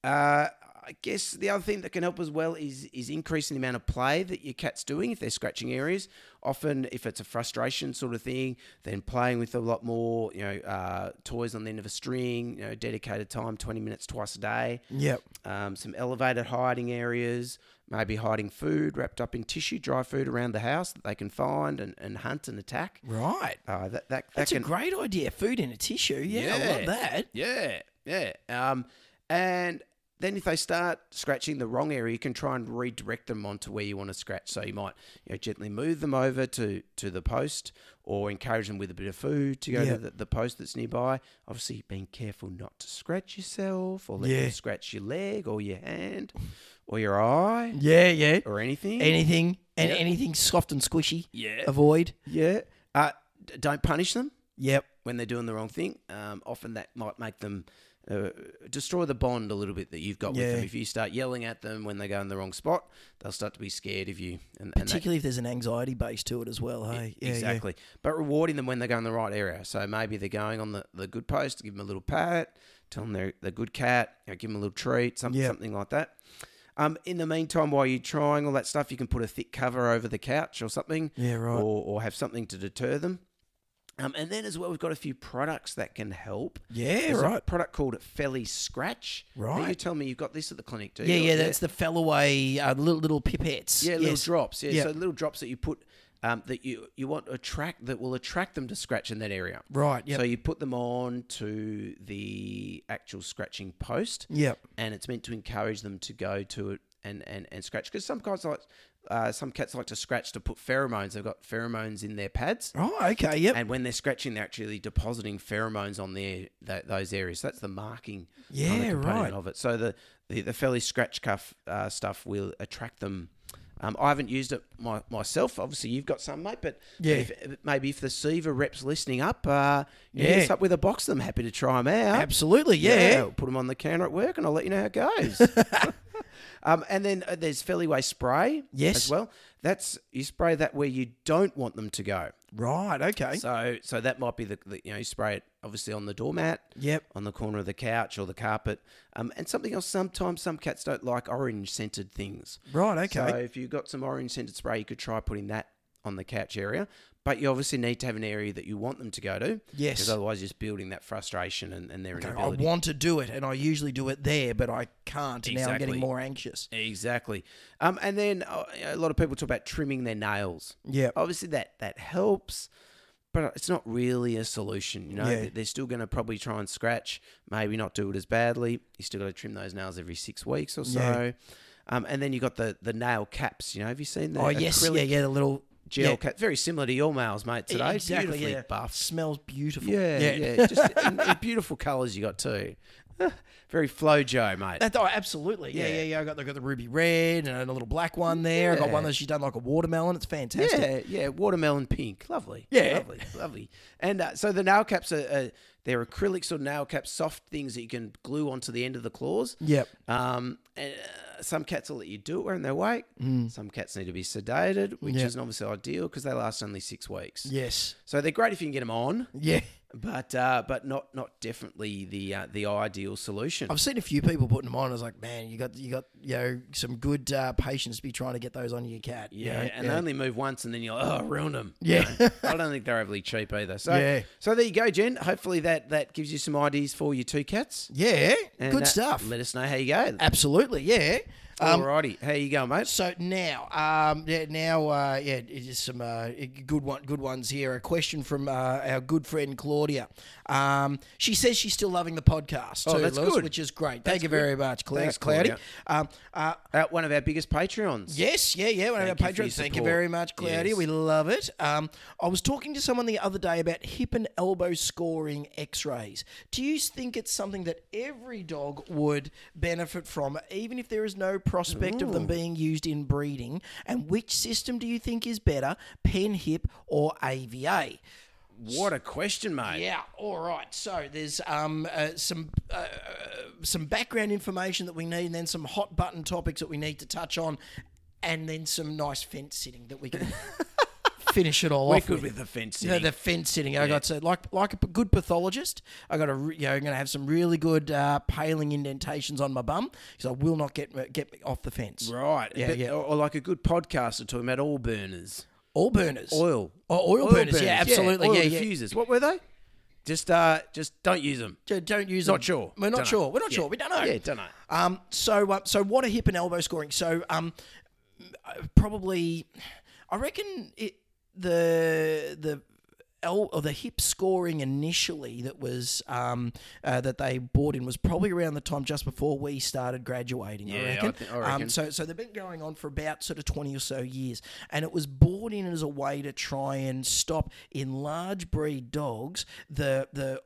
S3: uh, I guess the other thing that can help as well is is increasing the amount of play that your cat's doing if they're scratching areas. Often, if it's a frustration sort of thing, then playing with a lot more, you know, uh, toys on the end of a string, you know, dedicated time, twenty minutes twice a day.
S2: Yep.
S3: Um, some elevated hiding areas, maybe hiding food wrapped up in tissue, dry food around the house that they can find and, and hunt and attack.
S2: Right.
S3: Uh, that that, that
S2: That's
S3: can
S2: a great idea. Food in a tissue. Yeah, I love that.
S3: yeah, yeah. Um, and then if they start scratching the wrong area, you can try and redirect them onto where you want to scratch. So you might you know, gently move them over to, to the post or encourage them with a bit of food to go
S2: Yeah.
S3: to the, the post that's nearby. Obviously, being careful not to scratch yourself or let
S2: Yeah.
S3: them scratch your leg or your hand or your eye
S2: Yeah, yeah.
S3: or anything.
S2: Anything and anything soft and squishy.
S3: Yeah.
S2: Avoid.
S3: yeah. Uh, d- don't punish them.
S2: Yep.
S3: when they're doing the wrong thing. Um, often that might make them uh, destroy the bond a little bit that you've got with
S2: Yeah.
S3: them. If you start yelling at them when they go in the wrong spot, they'll start to be scared of you. And, and that, E-,
S2: Particularly if there's an anxiety base to it as well. Hey. Yeah, yeah.
S3: exactly. But rewarding them when they go in the right area. So maybe they're going on the, the good post, give them a little pat, tell them they're, they're a good cat, you know, give them a little treat, some,
S2: Yeah.
S3: something like that. Um, in the meantime, while you're trying all that stuff, you can put a thick cover over the couch or something
S2: Yeah, right.
S3: or, or have something to deter them. Um, and then as well, we've got a few products that can help.
S2: yeah,
S3: There's a
S2: right.
S3: product called Felly Scratch. Now, You
S2: Right.
S3: tell me you've got this at the clinic, do
S2: Yeah,
S3: you?
S2: yeah, that's the Fellaway uh, little little pipettes.
S3: yeah, little
S2: Yes.
S3: drops. Yeah,
S2: Yeah.
S3: so little drops that you put um, that you you want to attract that will attract them to scratch in that area.
S2: Right. Yep.
S3: So you put them on to the actual scratching post,
S2: yep.
S3: and it's meant to encourage them to go to it and and and scratch because some cats like uh, some cats like to scratch to put pheromones. They've got pheromones in their pads.
S2: Oh, okay. Yep.
S3: And when they're scratching, they're actually depositing pheromones on their th- those areas. That's the marking, kind of
S2: Yeah,
S3: component
S2: right.
S3: of it. So the the, the fairly scratch cuff uh, stuff will attract them. Um, I haven't used it my, myself. Obviously, you've got some, mate. But but
S2: Yeah.
S3: if, maybe if the Seaver reps listening up, uh, yeah, hit
S2: Yeah.
S3: us up with a box. of them happy to try them out.
S2: Absolutely. Yeah.
S3: We'll put them on the counter at work, and I'll let you know how it goes. um, and then uh, there's Feliway spray.
S2: Yes.
S3: As well, that's you spray that where you don't want them to go.
S2: Right. Okay.
S3: So so that might be the, the you know you spray it obviously on the doormat,
S2: Yep.
S3: on the corner of the couch or the carpet, um, and something else. Sometimes some cats don't like orange scented things.
S2: Right. Okay.
S3: So if you've got some orange scented spray, you could try putting that on the couch area. But you obviously need to have an area that you want them to go to.
S2: Yes. "Oh,
S3: Because otherwise you're just building that frustration and, and their
S2: I
S3: inability.
S2: want to do it, and I usually do it there, but I can't. and Now I'm
S3: Exactly.
S2: getting more anxious.
S3: Exactly. Um, and then uh, a lot of people talk about trimming their nails.
S2: Yep.
S3: Obviously, that that helps, but it's not really a solution. You know,
S2: Yeah.
S3: they're still going to probably try and scratch, maybe not do it as badly. You still got to trim those nails every six weeks or so.
S2: Yeah.
S3: Um, and then you got the the nail caps. You know, have you seen the
S2: Oh yes.
S3: acrylic
S2: Yeah. Yeah. The little
S3: gel
S2: yeah.
S3: cap? Very similar to your nails, mate. Today,
S2: Exactly.
S3: beautifully
S2: yeah.
S3: buff.
S2: Smells beautiful.
S3: Yeah, yeah, just in, in beautiful colours you got too. Very flojo, mate.
S2: That, oh, absolutely. Yeah,
S3: Yeah.
S2: yeah, yeah. I got, I got the ruby red and a little black one there. I got one
S3: Yeah.
S2: that she's done like a watermelon. It's fantastic.
S3: Yeah, yeah, watermelon pink, lovely.
S2: Yeah.
S3: lovely, lovely. And uh, so the nail caps are uh, they're acrylic sort of nail caps, soft things that you can glue onto the end of the claws.
S2: Yep.
S3: Um, and uh, some cats will let you do it when they're awake. Some cats need to be sedated, which
S2: Mm. Yeah.
S3: isn't obviously ideal because they last only six weeks.
S2: Yes.
S3: So they're great if you can get them on,
S2: Yeah.
S3: but uh, but not not definitely the uh, the ideal solution.
S2: I've seen a few people putting them on. I was like, man, you got you got you know some good uh, patience to be trying to get those on your cat. you
S3: Yeah,
S2: know?
S3: and they only move once, and then you're like, oh, I ruined them.
S2: Yeah.
S3: I don't think they're overly cheap either. So,
S2: Yeah.
S3: so there you go, Jen. Hopefully that that gives you some ideas for your two cats.
S2: yeah,
S3: And,
S2: good
S3: uh,
S2: stuff.
S3: Let us know how you go.
S2: Absolutely, yeah. Um,
S3: Alrighty, how you go, mate?
S2: So now, um, yeah, now, uh, yeah, it is some uh, good one, good ones here. A question from uh, our good friend Claudia. Um, she says she's still loving the podcast.
S3: Oh,
S2: too,
S3: that's
S2: Lewis,
S3: good.
S2: Which is great. Thank you very much, Cla-
S3: Thanks,
S2: Cloudy.
S3: Claudia.
S2: Um, uh,
S3: Uh, one of our biggest Patreons.
S2: Yes, yeah, yeah. One of our
S3: Thank you for your
S2: patrons. Thank you
S3: support.
S2: very much, Claudia.
S3: Yes.
S2: We love it. Um, I was talking to someone the other day about hip and elbow scoring x rays. Do you think it's something that every dog would benefit from, even if there is no prospect of them being used in breeding? And which system do you think is better, pen hip or AVA?
S3: What a question, mate.
S2: Yeah, all right. So there's um, uh, some uh, some background information that we need, and then some hot button topics that we need to touch on, and then some nice fence sitting that we can finish it all
S3: We're
S2: off
S3: good
S2: with.
S3: with the fence.
S2: No, the fence sitting. I got so like like a p- good pathologist. I got a re- you know I'm going to have some really good uh, paling indentations on my bum because I will not get uh, get off the fence.
S3: Right.
S2: Yeah,
S3: but-
S2: yeah.
S3: Or, or like a good podcaster talking about all burners.
S2: All burners.
S3: Oil.
S2: Oh, oil burners, yeah, absolutely,
S3: Oil
S2: yeah, yeah.
S3: diffusers. What were they? Just uh, just don't use them.
S2: D- Don't use.
S3: Not
S2: them.
S3: sure.
S2: Mm. We're not
S3: Dunno.
S2: sure. We're not
S3: Yeah.
S2: sure. We don't know.
S3: Yeah, dunno.
S2: Um. So uh, so what are hip and elbow scoring? So um, probably, I reckon it the the. El, or the hip scoring initially that was um, uh, that they bought in was probably around the time just before we started graduating. I
S3: Yeah, I
S2: reckon.
S3: thi- I reckon.
S2: Um, so so they've been going on for about sort of 20 or so years and it was brought in as a way to try and stop in large breed dogs the the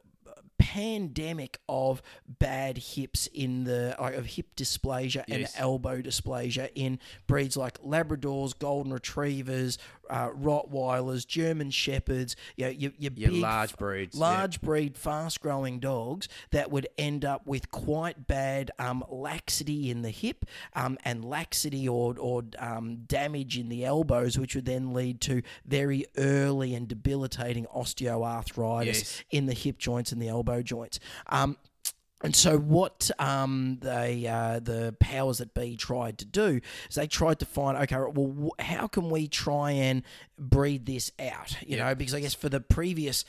S2: pandemic of bad hips in the like of hip dysplasia and elbow dysplasia in breeds like labradors golden retrievers uh, rottweilers german shepherds you know, your, your, big,
S3: large breeds, yeah.
S2: large breed fast growing dogs that would end up with quite bad um, laxity in the hip um, and laxity or, or um, damage in the elbows, which would then lead to very early and debilitating osteoarthritis
S3: Yes.
S2: in the hip joints and the elbow joints. Um, and so, what um, they uh, the powers that be tried to do is they tried to find okay, well, wh- how can we try and breed this out? You know, because I guess for the previous.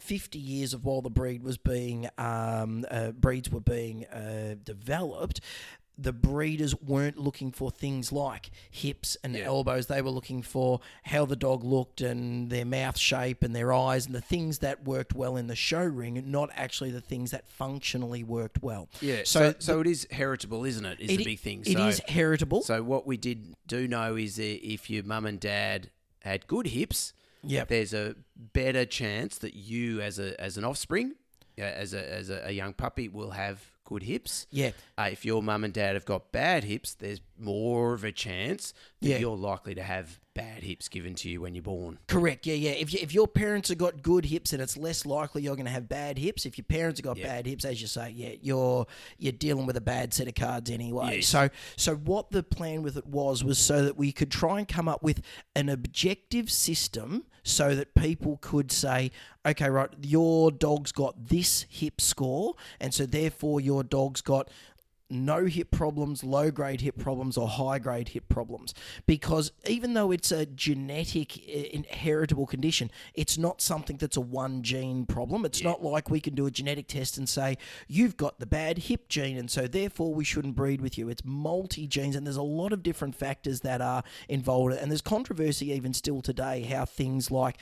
S2: 50 years of while the breed was being um, uh, breeds were being uh, developed the breeders weren't looking for things like hips and elbows they were looking for how the dog looked and their mouth shape and their eyes and the things that worked well in the show ring not actually the things that functionally worked well
S3: Yeah.
S2: so,
S3: So so, it is heritable, isn't it? Is
S2: it,
S3: the big thing.
S2: it
S3: so,
S2: is heritable
S3: So what we did do know is that if your mum and dad had good hips,
S2: Yep.
S3: there's a better chance that you as a as an offspring, yeah, as a as a, a young puppy will have good hips.
S2: Yeah.
S3: Uh, if your mum and dad have got bad hips, there's more of a chance that
S2: Yeah.
S3: you're likely to have bad hips given to you when you're born.
S2: Correct. Yeah, yeah. If, you, if your parents have got good hips, then it's less likely you're going to have bad hips. If your parents have got bad hips, as you say, yeah, you're you're dealing with a bad set of cards anyway.
S3: Yes.
S2: So so what the plan with it was was so that we could try and come up with an objective system so that people could say, okay, right, your dog's got this hip score, and so therefore your dog's got no hip problems, low grade hip problems, or high grade hip problems. Because even though it's a genetic, i- inheritable condition, it's not something that's a one gene problem. It's not like we can do a genetic test and say, you've got the bad hip gene, and so therefore we shouldn't breed with you. It's multi genes, and there's a lot of different factors that are involved. And there's controversy even still today how things like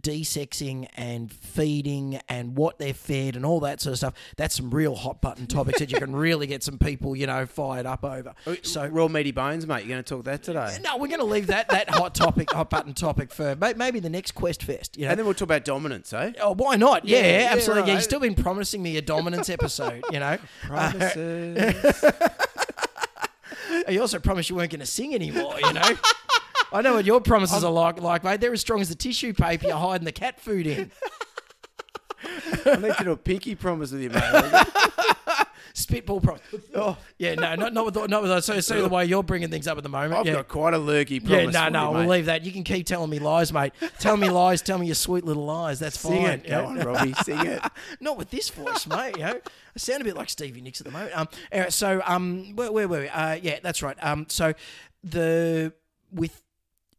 S2: desexing and feeding and what they're fed and all that sort of stuff. That's some real hot button topics that you can really get some people, you know, fired up over.
S3: So raw meaty bones, mate. You're going to talk that today,
S2: No, we're going to leave that that hot topic, hot button topic for may- maybe the next Quest Fest. You know,
S3: and then we'll talk about dominance, eh?
S2: oh, why not? Yeah,
S3: Yeah, yeah,
S2: absolutely. Yeah,
S3: right.
S2: you've still been promising me a dominance episode. You know,
S3: Promises.
S2: you also promised you weren't going to sing anymore. You know. I know what your promises are like, like, mate. They're as strong as the tissue paper you're hiding the cat food in.
S3: I need to do a pinky promise with you, mate.
S2: Spitball promise. Oh, yeah, no, not not with the, not with the, so so the way you're bringing things up at the moment.
S3: I've
S2: yeah.
S3: got quite a lurky
S2: Yeah,
S3: promise.
S2: no,
S3: for
S2: no,
S3: you,
S2: we'll
S3: mate.
S2: leave that. You can keep telling me lies, mate. Tell me lies. Tell me your sweet little lies. That's fine.
S3: Sing it. Go on, Robbie. Sing it.
S2: Not with this voice, mate. You know, I sound a bit like Stevie Nicks at the moment. Um, anyway, so um, where, where were we? Uh, yeah, that's right. Um, so the with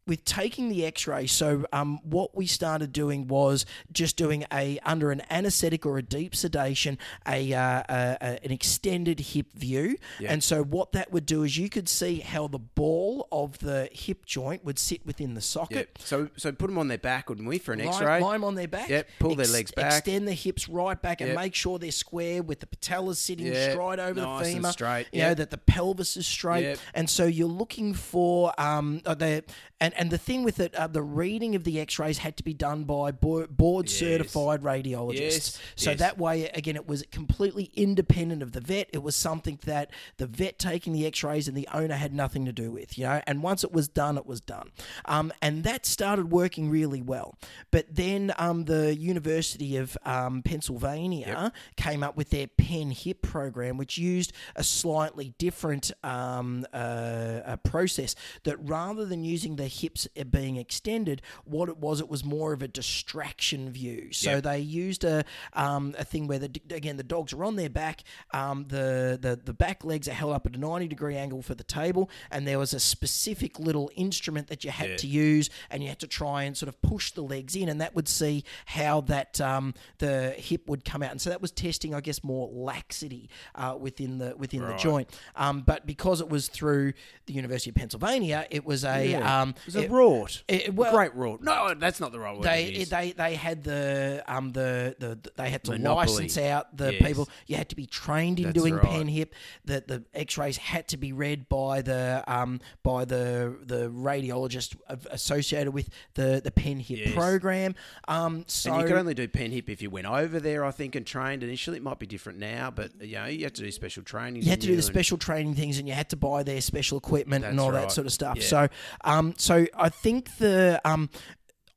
S2: with taking the X-ray. So um, what we started doing was just doing a under an anaesthetic or a deep sedation, a, uh, a, a- an extended hip view. And so what that would do is you could see how the ball of the hip joint would sit within the socket.
S3: Yep. So so put them on their back, wouldn't we, for an
S2: Lie-
S3: X-ray?
S2: Lie 'em on their back.
S3: Yep, pull their legs back.
S2: Extend the hips right back and
S3: Yep.
S2: make sure they're square with the patellas sitting
S3: Yep,
S2: straight over
S3: nice
S2: the
S3: and
S2: femur.
S3: straight,
S2: You know
S3: yep.
S2: that the pelvis is straight.
S3: Yep.
S2: And so you're looking for um are they and and the thing with it, uh, the reading of the X-rays had to be done by bo- board certified radiologists.
S3: Yes,
S2: So
S3: yes.
S2: that way, again, it was completely independent of the vet. It was something that the vet taking the X-rays and the owner had nothing to do with, you know. And once it was done, it was done. Um, and that started working really well. But then um, the University of um, Pennsylvania came up with their Pen Hip program, which used a slightly different um, uh, uh, process that rather than using the hips uh, being extended, what it was, it was more of a distraction view. So they used a, um, a thing where, the, again, the dogs are on their back, um, the, the, the back legs are held up at a 90 degree angle for the table, and there was a specific little instrument that you had to use, and you had to try and sort of push the legs in, and that would see how that um, the hip would come out. And so that was testing, I guess, more laxity uh, within the within the joint. Um, but because it was through the University of Pennsylvania, it was a um,
S3: It was a rort.
S2: it- well-
S3: Great rort. No, that's not the right word. to
S2: they
S3: use.
S2: they they had the um the, the they had to
S3: Monopoly.
S2: license out the
S3: Yes.
S2: people. You had to be trained in
S3: That's
S2: doing
S3: right.
S2: pen hip. That the X-rays had to be read by the um by the the radiologist of- associated with the the pen hip
S3: Yes.
S2: program. Um, so
S3: and you could only do pen hip if you went over there, I think, and trained initially. It might be different now, but you know, you had to do special training.
S2: you had to do the
S3: special.
S2: special training things and you had to buy their special equipment and
S3: That's
S2: all that
S3: right.
S2: sort of stuff.
S3: Yeah.
S2: So um so I think the um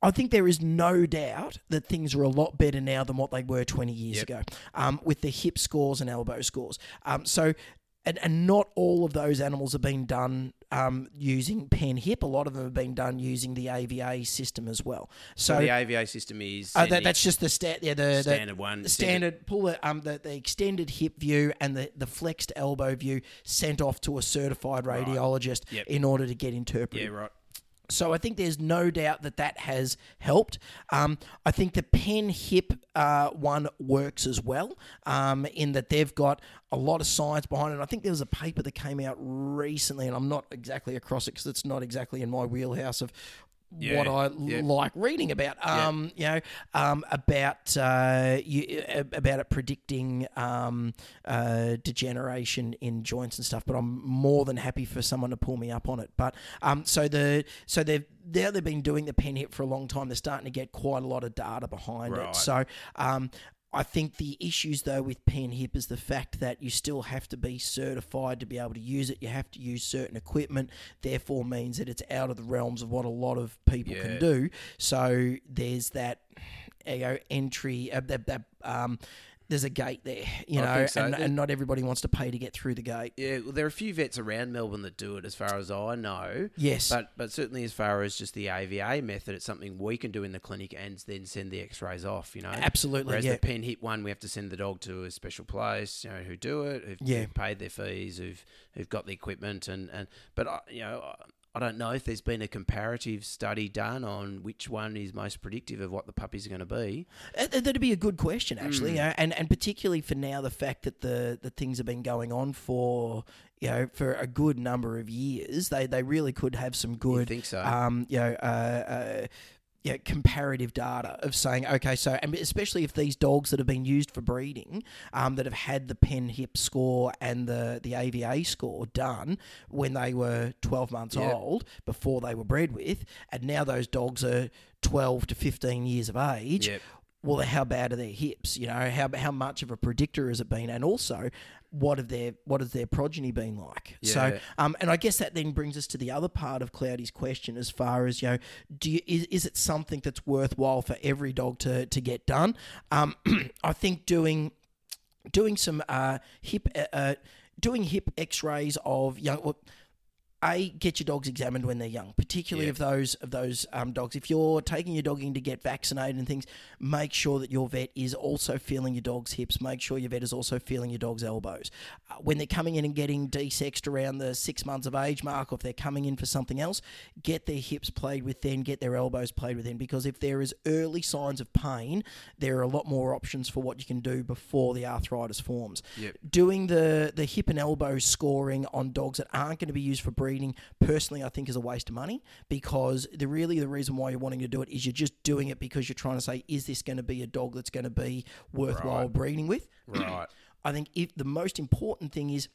S2: I think there is no doubt that things are a lot better now than what they were 20 years ago um, with the hip scores and elbow scores. Um, so, and, and not all of those animals have been done um, using pen hip. A lot of them have been done using the AVA system as well. So,
S3: the AVA system is.
S2: uh, that,
S3: sending-
S2: that's just the sta- yeah, the, the-
S3: Standard one,
S2: The
S3: standard-
S2: standard pull the um the, the extended hip view and the, the flexed elbow view sent off to a certified radiologist
S3: Yep.
S2: in order to get interpreted.
S3: yeah, right.
S2: So I think there's no doubt that that has helped. Um, I think the pen hip uh, one works as well um, in that they've got a lot of science behind it. I think there was a paper that came out recently, and I'm not exactly across it because it's not exactly in my wheelhouse of. what
S3: Yeah,
S2: I
S3: yeah.
S2: like reading about, um, you know, um, about uh, you, uh, about it predicting um, uh, degeneration in joints and stuff. But I'm more than happy for someone to pull me up on it. But um, so the so they've now they've been doing the pen hip for a long time. They're starting to get quite a lot of data behind it.
S3: Right.
S2: So. Um, I think the issues though with pen hip is the fact that you still have to be certified to be able to use it. You have to use certain equipment, therefore means that it's out of the realms of what a lot of people can
S3: Yeah.
S2: do. So there's that you know, entry uh, that, that um, there's a gate there, you
S3: I
S2: know,
S3: think so.
S2: and,
S3: There-
S2: and not everybody wants to pay to get through the gate.
S3: Yeah, well, there are a few vets around Melbourne that do it, as far as I know.
S2: Yes.
S3: But but certainly as far as just the AVA method, it's something we can do in the clinic and then send the X-rays off. You know,
S2: Absolutely,
S3: Whereas
S2: yeah.
S3: the pen hip one, we have to send the dog to a special place. You know, who do it? Who've,
S2: Yeah.
S3: who've paid their fees? Who've who've got the equipment? And and but I, you know. I, I don't know if there's been a comparative study done on which one is most predictive of what the puppies are going to be.
S2: Uh, th- That'd be a good question,
S3: Hmm.
S2: actually, you know, and and particularly for now, the fact that the that things have been going on for you know for a good number of years, they they really could have some good,
S3: think so.
S2: um, you know. Uh, uh, yeah, comparative data of saying okay, so and especially if these dogs that have been used for breeding, um, that have had the pen hip score and the the AVA score done when they were twelve months old before they were bred with, and now those dogs are twelve to fifteen years of age
S3: Yep.
S2: well, how bad are their hips? You know, how how much of a predictor has it been, and also what have their what has their progeny been like? So,
S3: Yeah.
S2: um, and I guess that then brings us to the other part of Cloudy's question, as far as you know, do you, is is it something that's worthwhile for every dog to to get done? Um, I think doing doing some uh, hip uh, uh, doing hip X-rays of young. Well, a get your dogs examined when they're young, particularly of those of those um, dogs. If you're taking your dog in to get vaccinated and things, make sure that your vet is also feeling your dog's hips. Make sure your vet is also feeling your dog's elbows. Uh, when they're coming in and getting desexed around the six months of age mark, or if they're coming in for something else, get their hips played with then, get their elbows played with then, because if there is early signs of pain, there are a lot more options for what you can do before the arthritis forms
S3: Yep.
S2: doing the the hip and elbow scoring on dogs that aren't going to be used for breeding personally i think is a waste of money because the really the reason why you're wanting to do it is you're just doing it because you're trying to say is this going to be a dog that's going to be worthwhile breeding with
S3: Right.
S2: i think if the most important thing is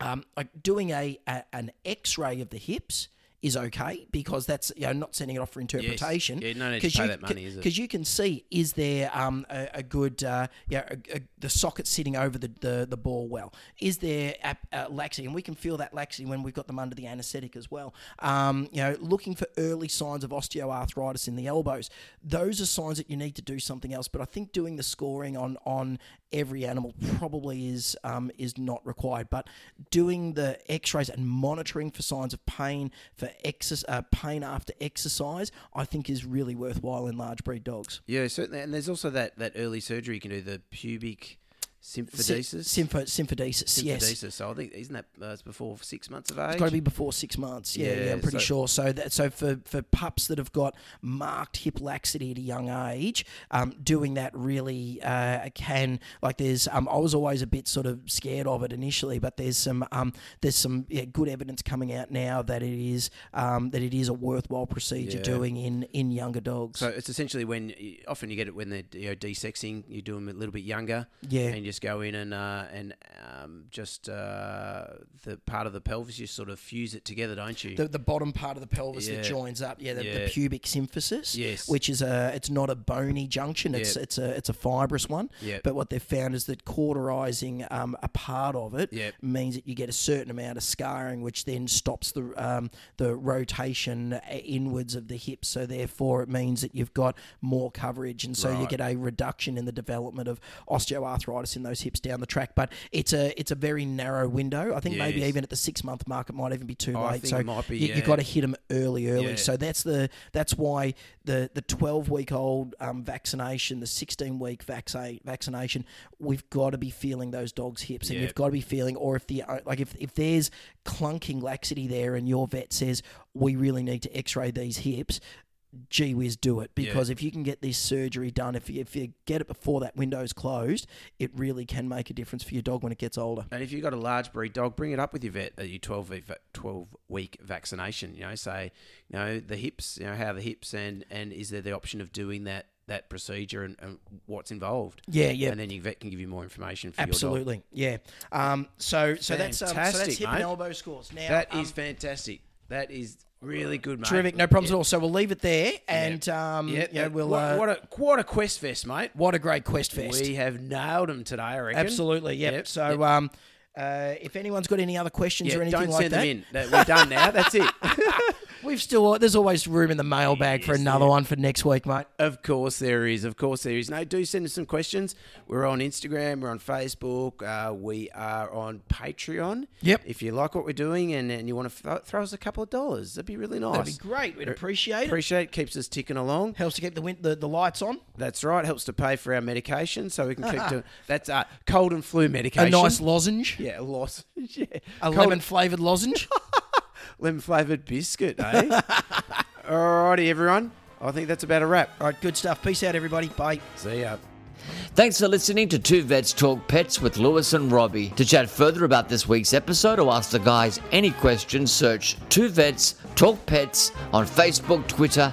S2: um, like doing a, a an x-ray of the hips is okay because that's you know, not sending it off for interpretation.
S3: Yeah, no need to
S2: 'Cause
S3: pay
S2: you
S3: that
S2: ca-
S3: money, is it?
S2: because you can see is there um, a, a good uh, yeah a, a, the socket sitting over the, the, the ball well is there a, a laxity and we can feel that laxity when we've got them under the anaesthetic as well um, you know looking for early signs of osteoarthritis in the elbows those are signs that you need to do something else but I think doing the scoring on on every animal probably is um, is not required but doing the x-rays and monitoring for signs of pain for exercise uh, pain after exercise I think is really worthwhile in large breed dogs
S3: Yeah, certainly. And there's also that, that early surgery you can do, the pubic
S2: Sy-
S3: symphysis.
S2: Sympho- symphodesis, yes.
S3: Symphysis. So I think, isn't that uh, it's before six months of age?
S2: It's got to be before six months. Yeah, yeah,
S3: Yeah,
S2: I'm pretty
S3: so-
S2: sure. So that so for for pups that have got marked hip laxity at a young age, um, doing that really uh, can like there's um, I was always a bit sort of scared of it initially, but there's some um, there's some yeah, good evidence coming out now that it is um, that it is a worthwhile procedure
S3: Yeah.
S2: doing in in younger dogs.
S3: So it's essentially when often you get it when they're you know, desexing, you do them a little bit younger,
S2: Yeah.
S3: and you just go in and uh, and um, just uh, the part of the pelvis you sort of fuse it together, don't you?
S2: the, the bottom part of the pelvis
S3: Yeah.
S2: that joins up, yeah, the, the
S3: Yeah.
S2: pubic symphysis,
S3: Yes.
S2: which is a it's not a bony junction, it's
S3: Yep.
S2: it's a it's a fibrous one.
S3: Yep.
S2: But what they've found is that cauterizing um, a part of it
S3: Yep.
S2: means that you get a certain amount of scarring, which then stops the um, the rotation uh, inwards of the hip. So therefore, it means that you've got more coverage, and so you
S3: Right.
S2: get a reduction in the development of osteoarthritis in those hips down the track. But it's a it's a very narrow window. I think maybe
S3: Yes.
S2: even at the six month mark, it might even be too
S3: I
S2: late.
S3: think
S2: So
S3: it might be,
S2: you,
S3: yeah.
S2: have got to hit them early, early.
S3: Yeah.
S2: So that's the that's why the the twelve week old um, vaccination, the sixteen week vaccine vaccination, we've got to be feeling those dogs' hips, and
S3: Yeah.
S2: you've got to be feeling. Or if the uh, like, if if there's clunking laxity there, and your vet says we really need to X ray these hips. Gee whiz, do it because if you can get this surgery done, if you, if you get it before that window's closed, it really can make a difference for your dog when it gets older.
S3: And if you've got a large breed dog, bring it up with your vet at your 12 week, 12 week vaccination. You know, say, you know, the hips, you know, how are the hips, and, and is there the option of doing that, that procedure and, and what's involved?
S2: Yeah, yeah.
S3: And then your vet can give you more information for your dog.
S2: Absolutely, yeah. Um, so so that's um, so that's
S3: Fantastic,
S2: hip and
S3: mate.
S2: elbow scores. Now
S3: That is
S2: um,
S3: fantastic. That is really good, mate.
S2: terrific, no problems at all. So we'll leave it there, and um, yeah,
S3: Yeah, that-
S2: we'll.
S3: what,
S2: uh, what,
S3: what
S2: a,
S3: a what a quest fest, mate.
S2: great quest fest!
S3: We have nailed them today, I reckon.
S2: Absolutely, yep.
S3: Yep,
S2: So um, uh, if anyone's got any other questions
S3: Yeah,
S2: or anything
S3: don't
S2: like
S3: send
S2: that,
S3: them in. That- We're done now. That's it.
S2: we've still there's always room in the mailbag for another one for next week, mate.
S3: Of course there is. Of course there is. No, do send us some questions. We're on Instagram. We're on Facebook. Uh, we are on Patreon.
S2: Yep.
S3: If you like what we're doing and, and you want to th- throw us a couple of dollars, that'd be really nice.
S2: That'd be great. We'd appreciate it.
S3: Appreciate it. Keeps us ticking along.
S2: Helps to keep the, win- the the lights on.
S3: That's right. Helps to pay for our medication so we can keep doing. That's uh, cold and flu
S2: A
S3: medication.
S2: nice lozenge,
S3: Yeah, loss. yeah.
S2: a lemon flavored lozenge.
S3: lemon flavored biscuit, eh? Alrighty, everyone. I think that's about a wrap.
S2: All right, good stuff. Peace out, everybody. Bye.
S3: See ya.
S1: Thanks for listening to Two Vets Talk Pets with Lewis and Robbie. To chat further about this week's episode or ask the guys any questions, search Two Vets Talk Pets on Facebook, Twitter,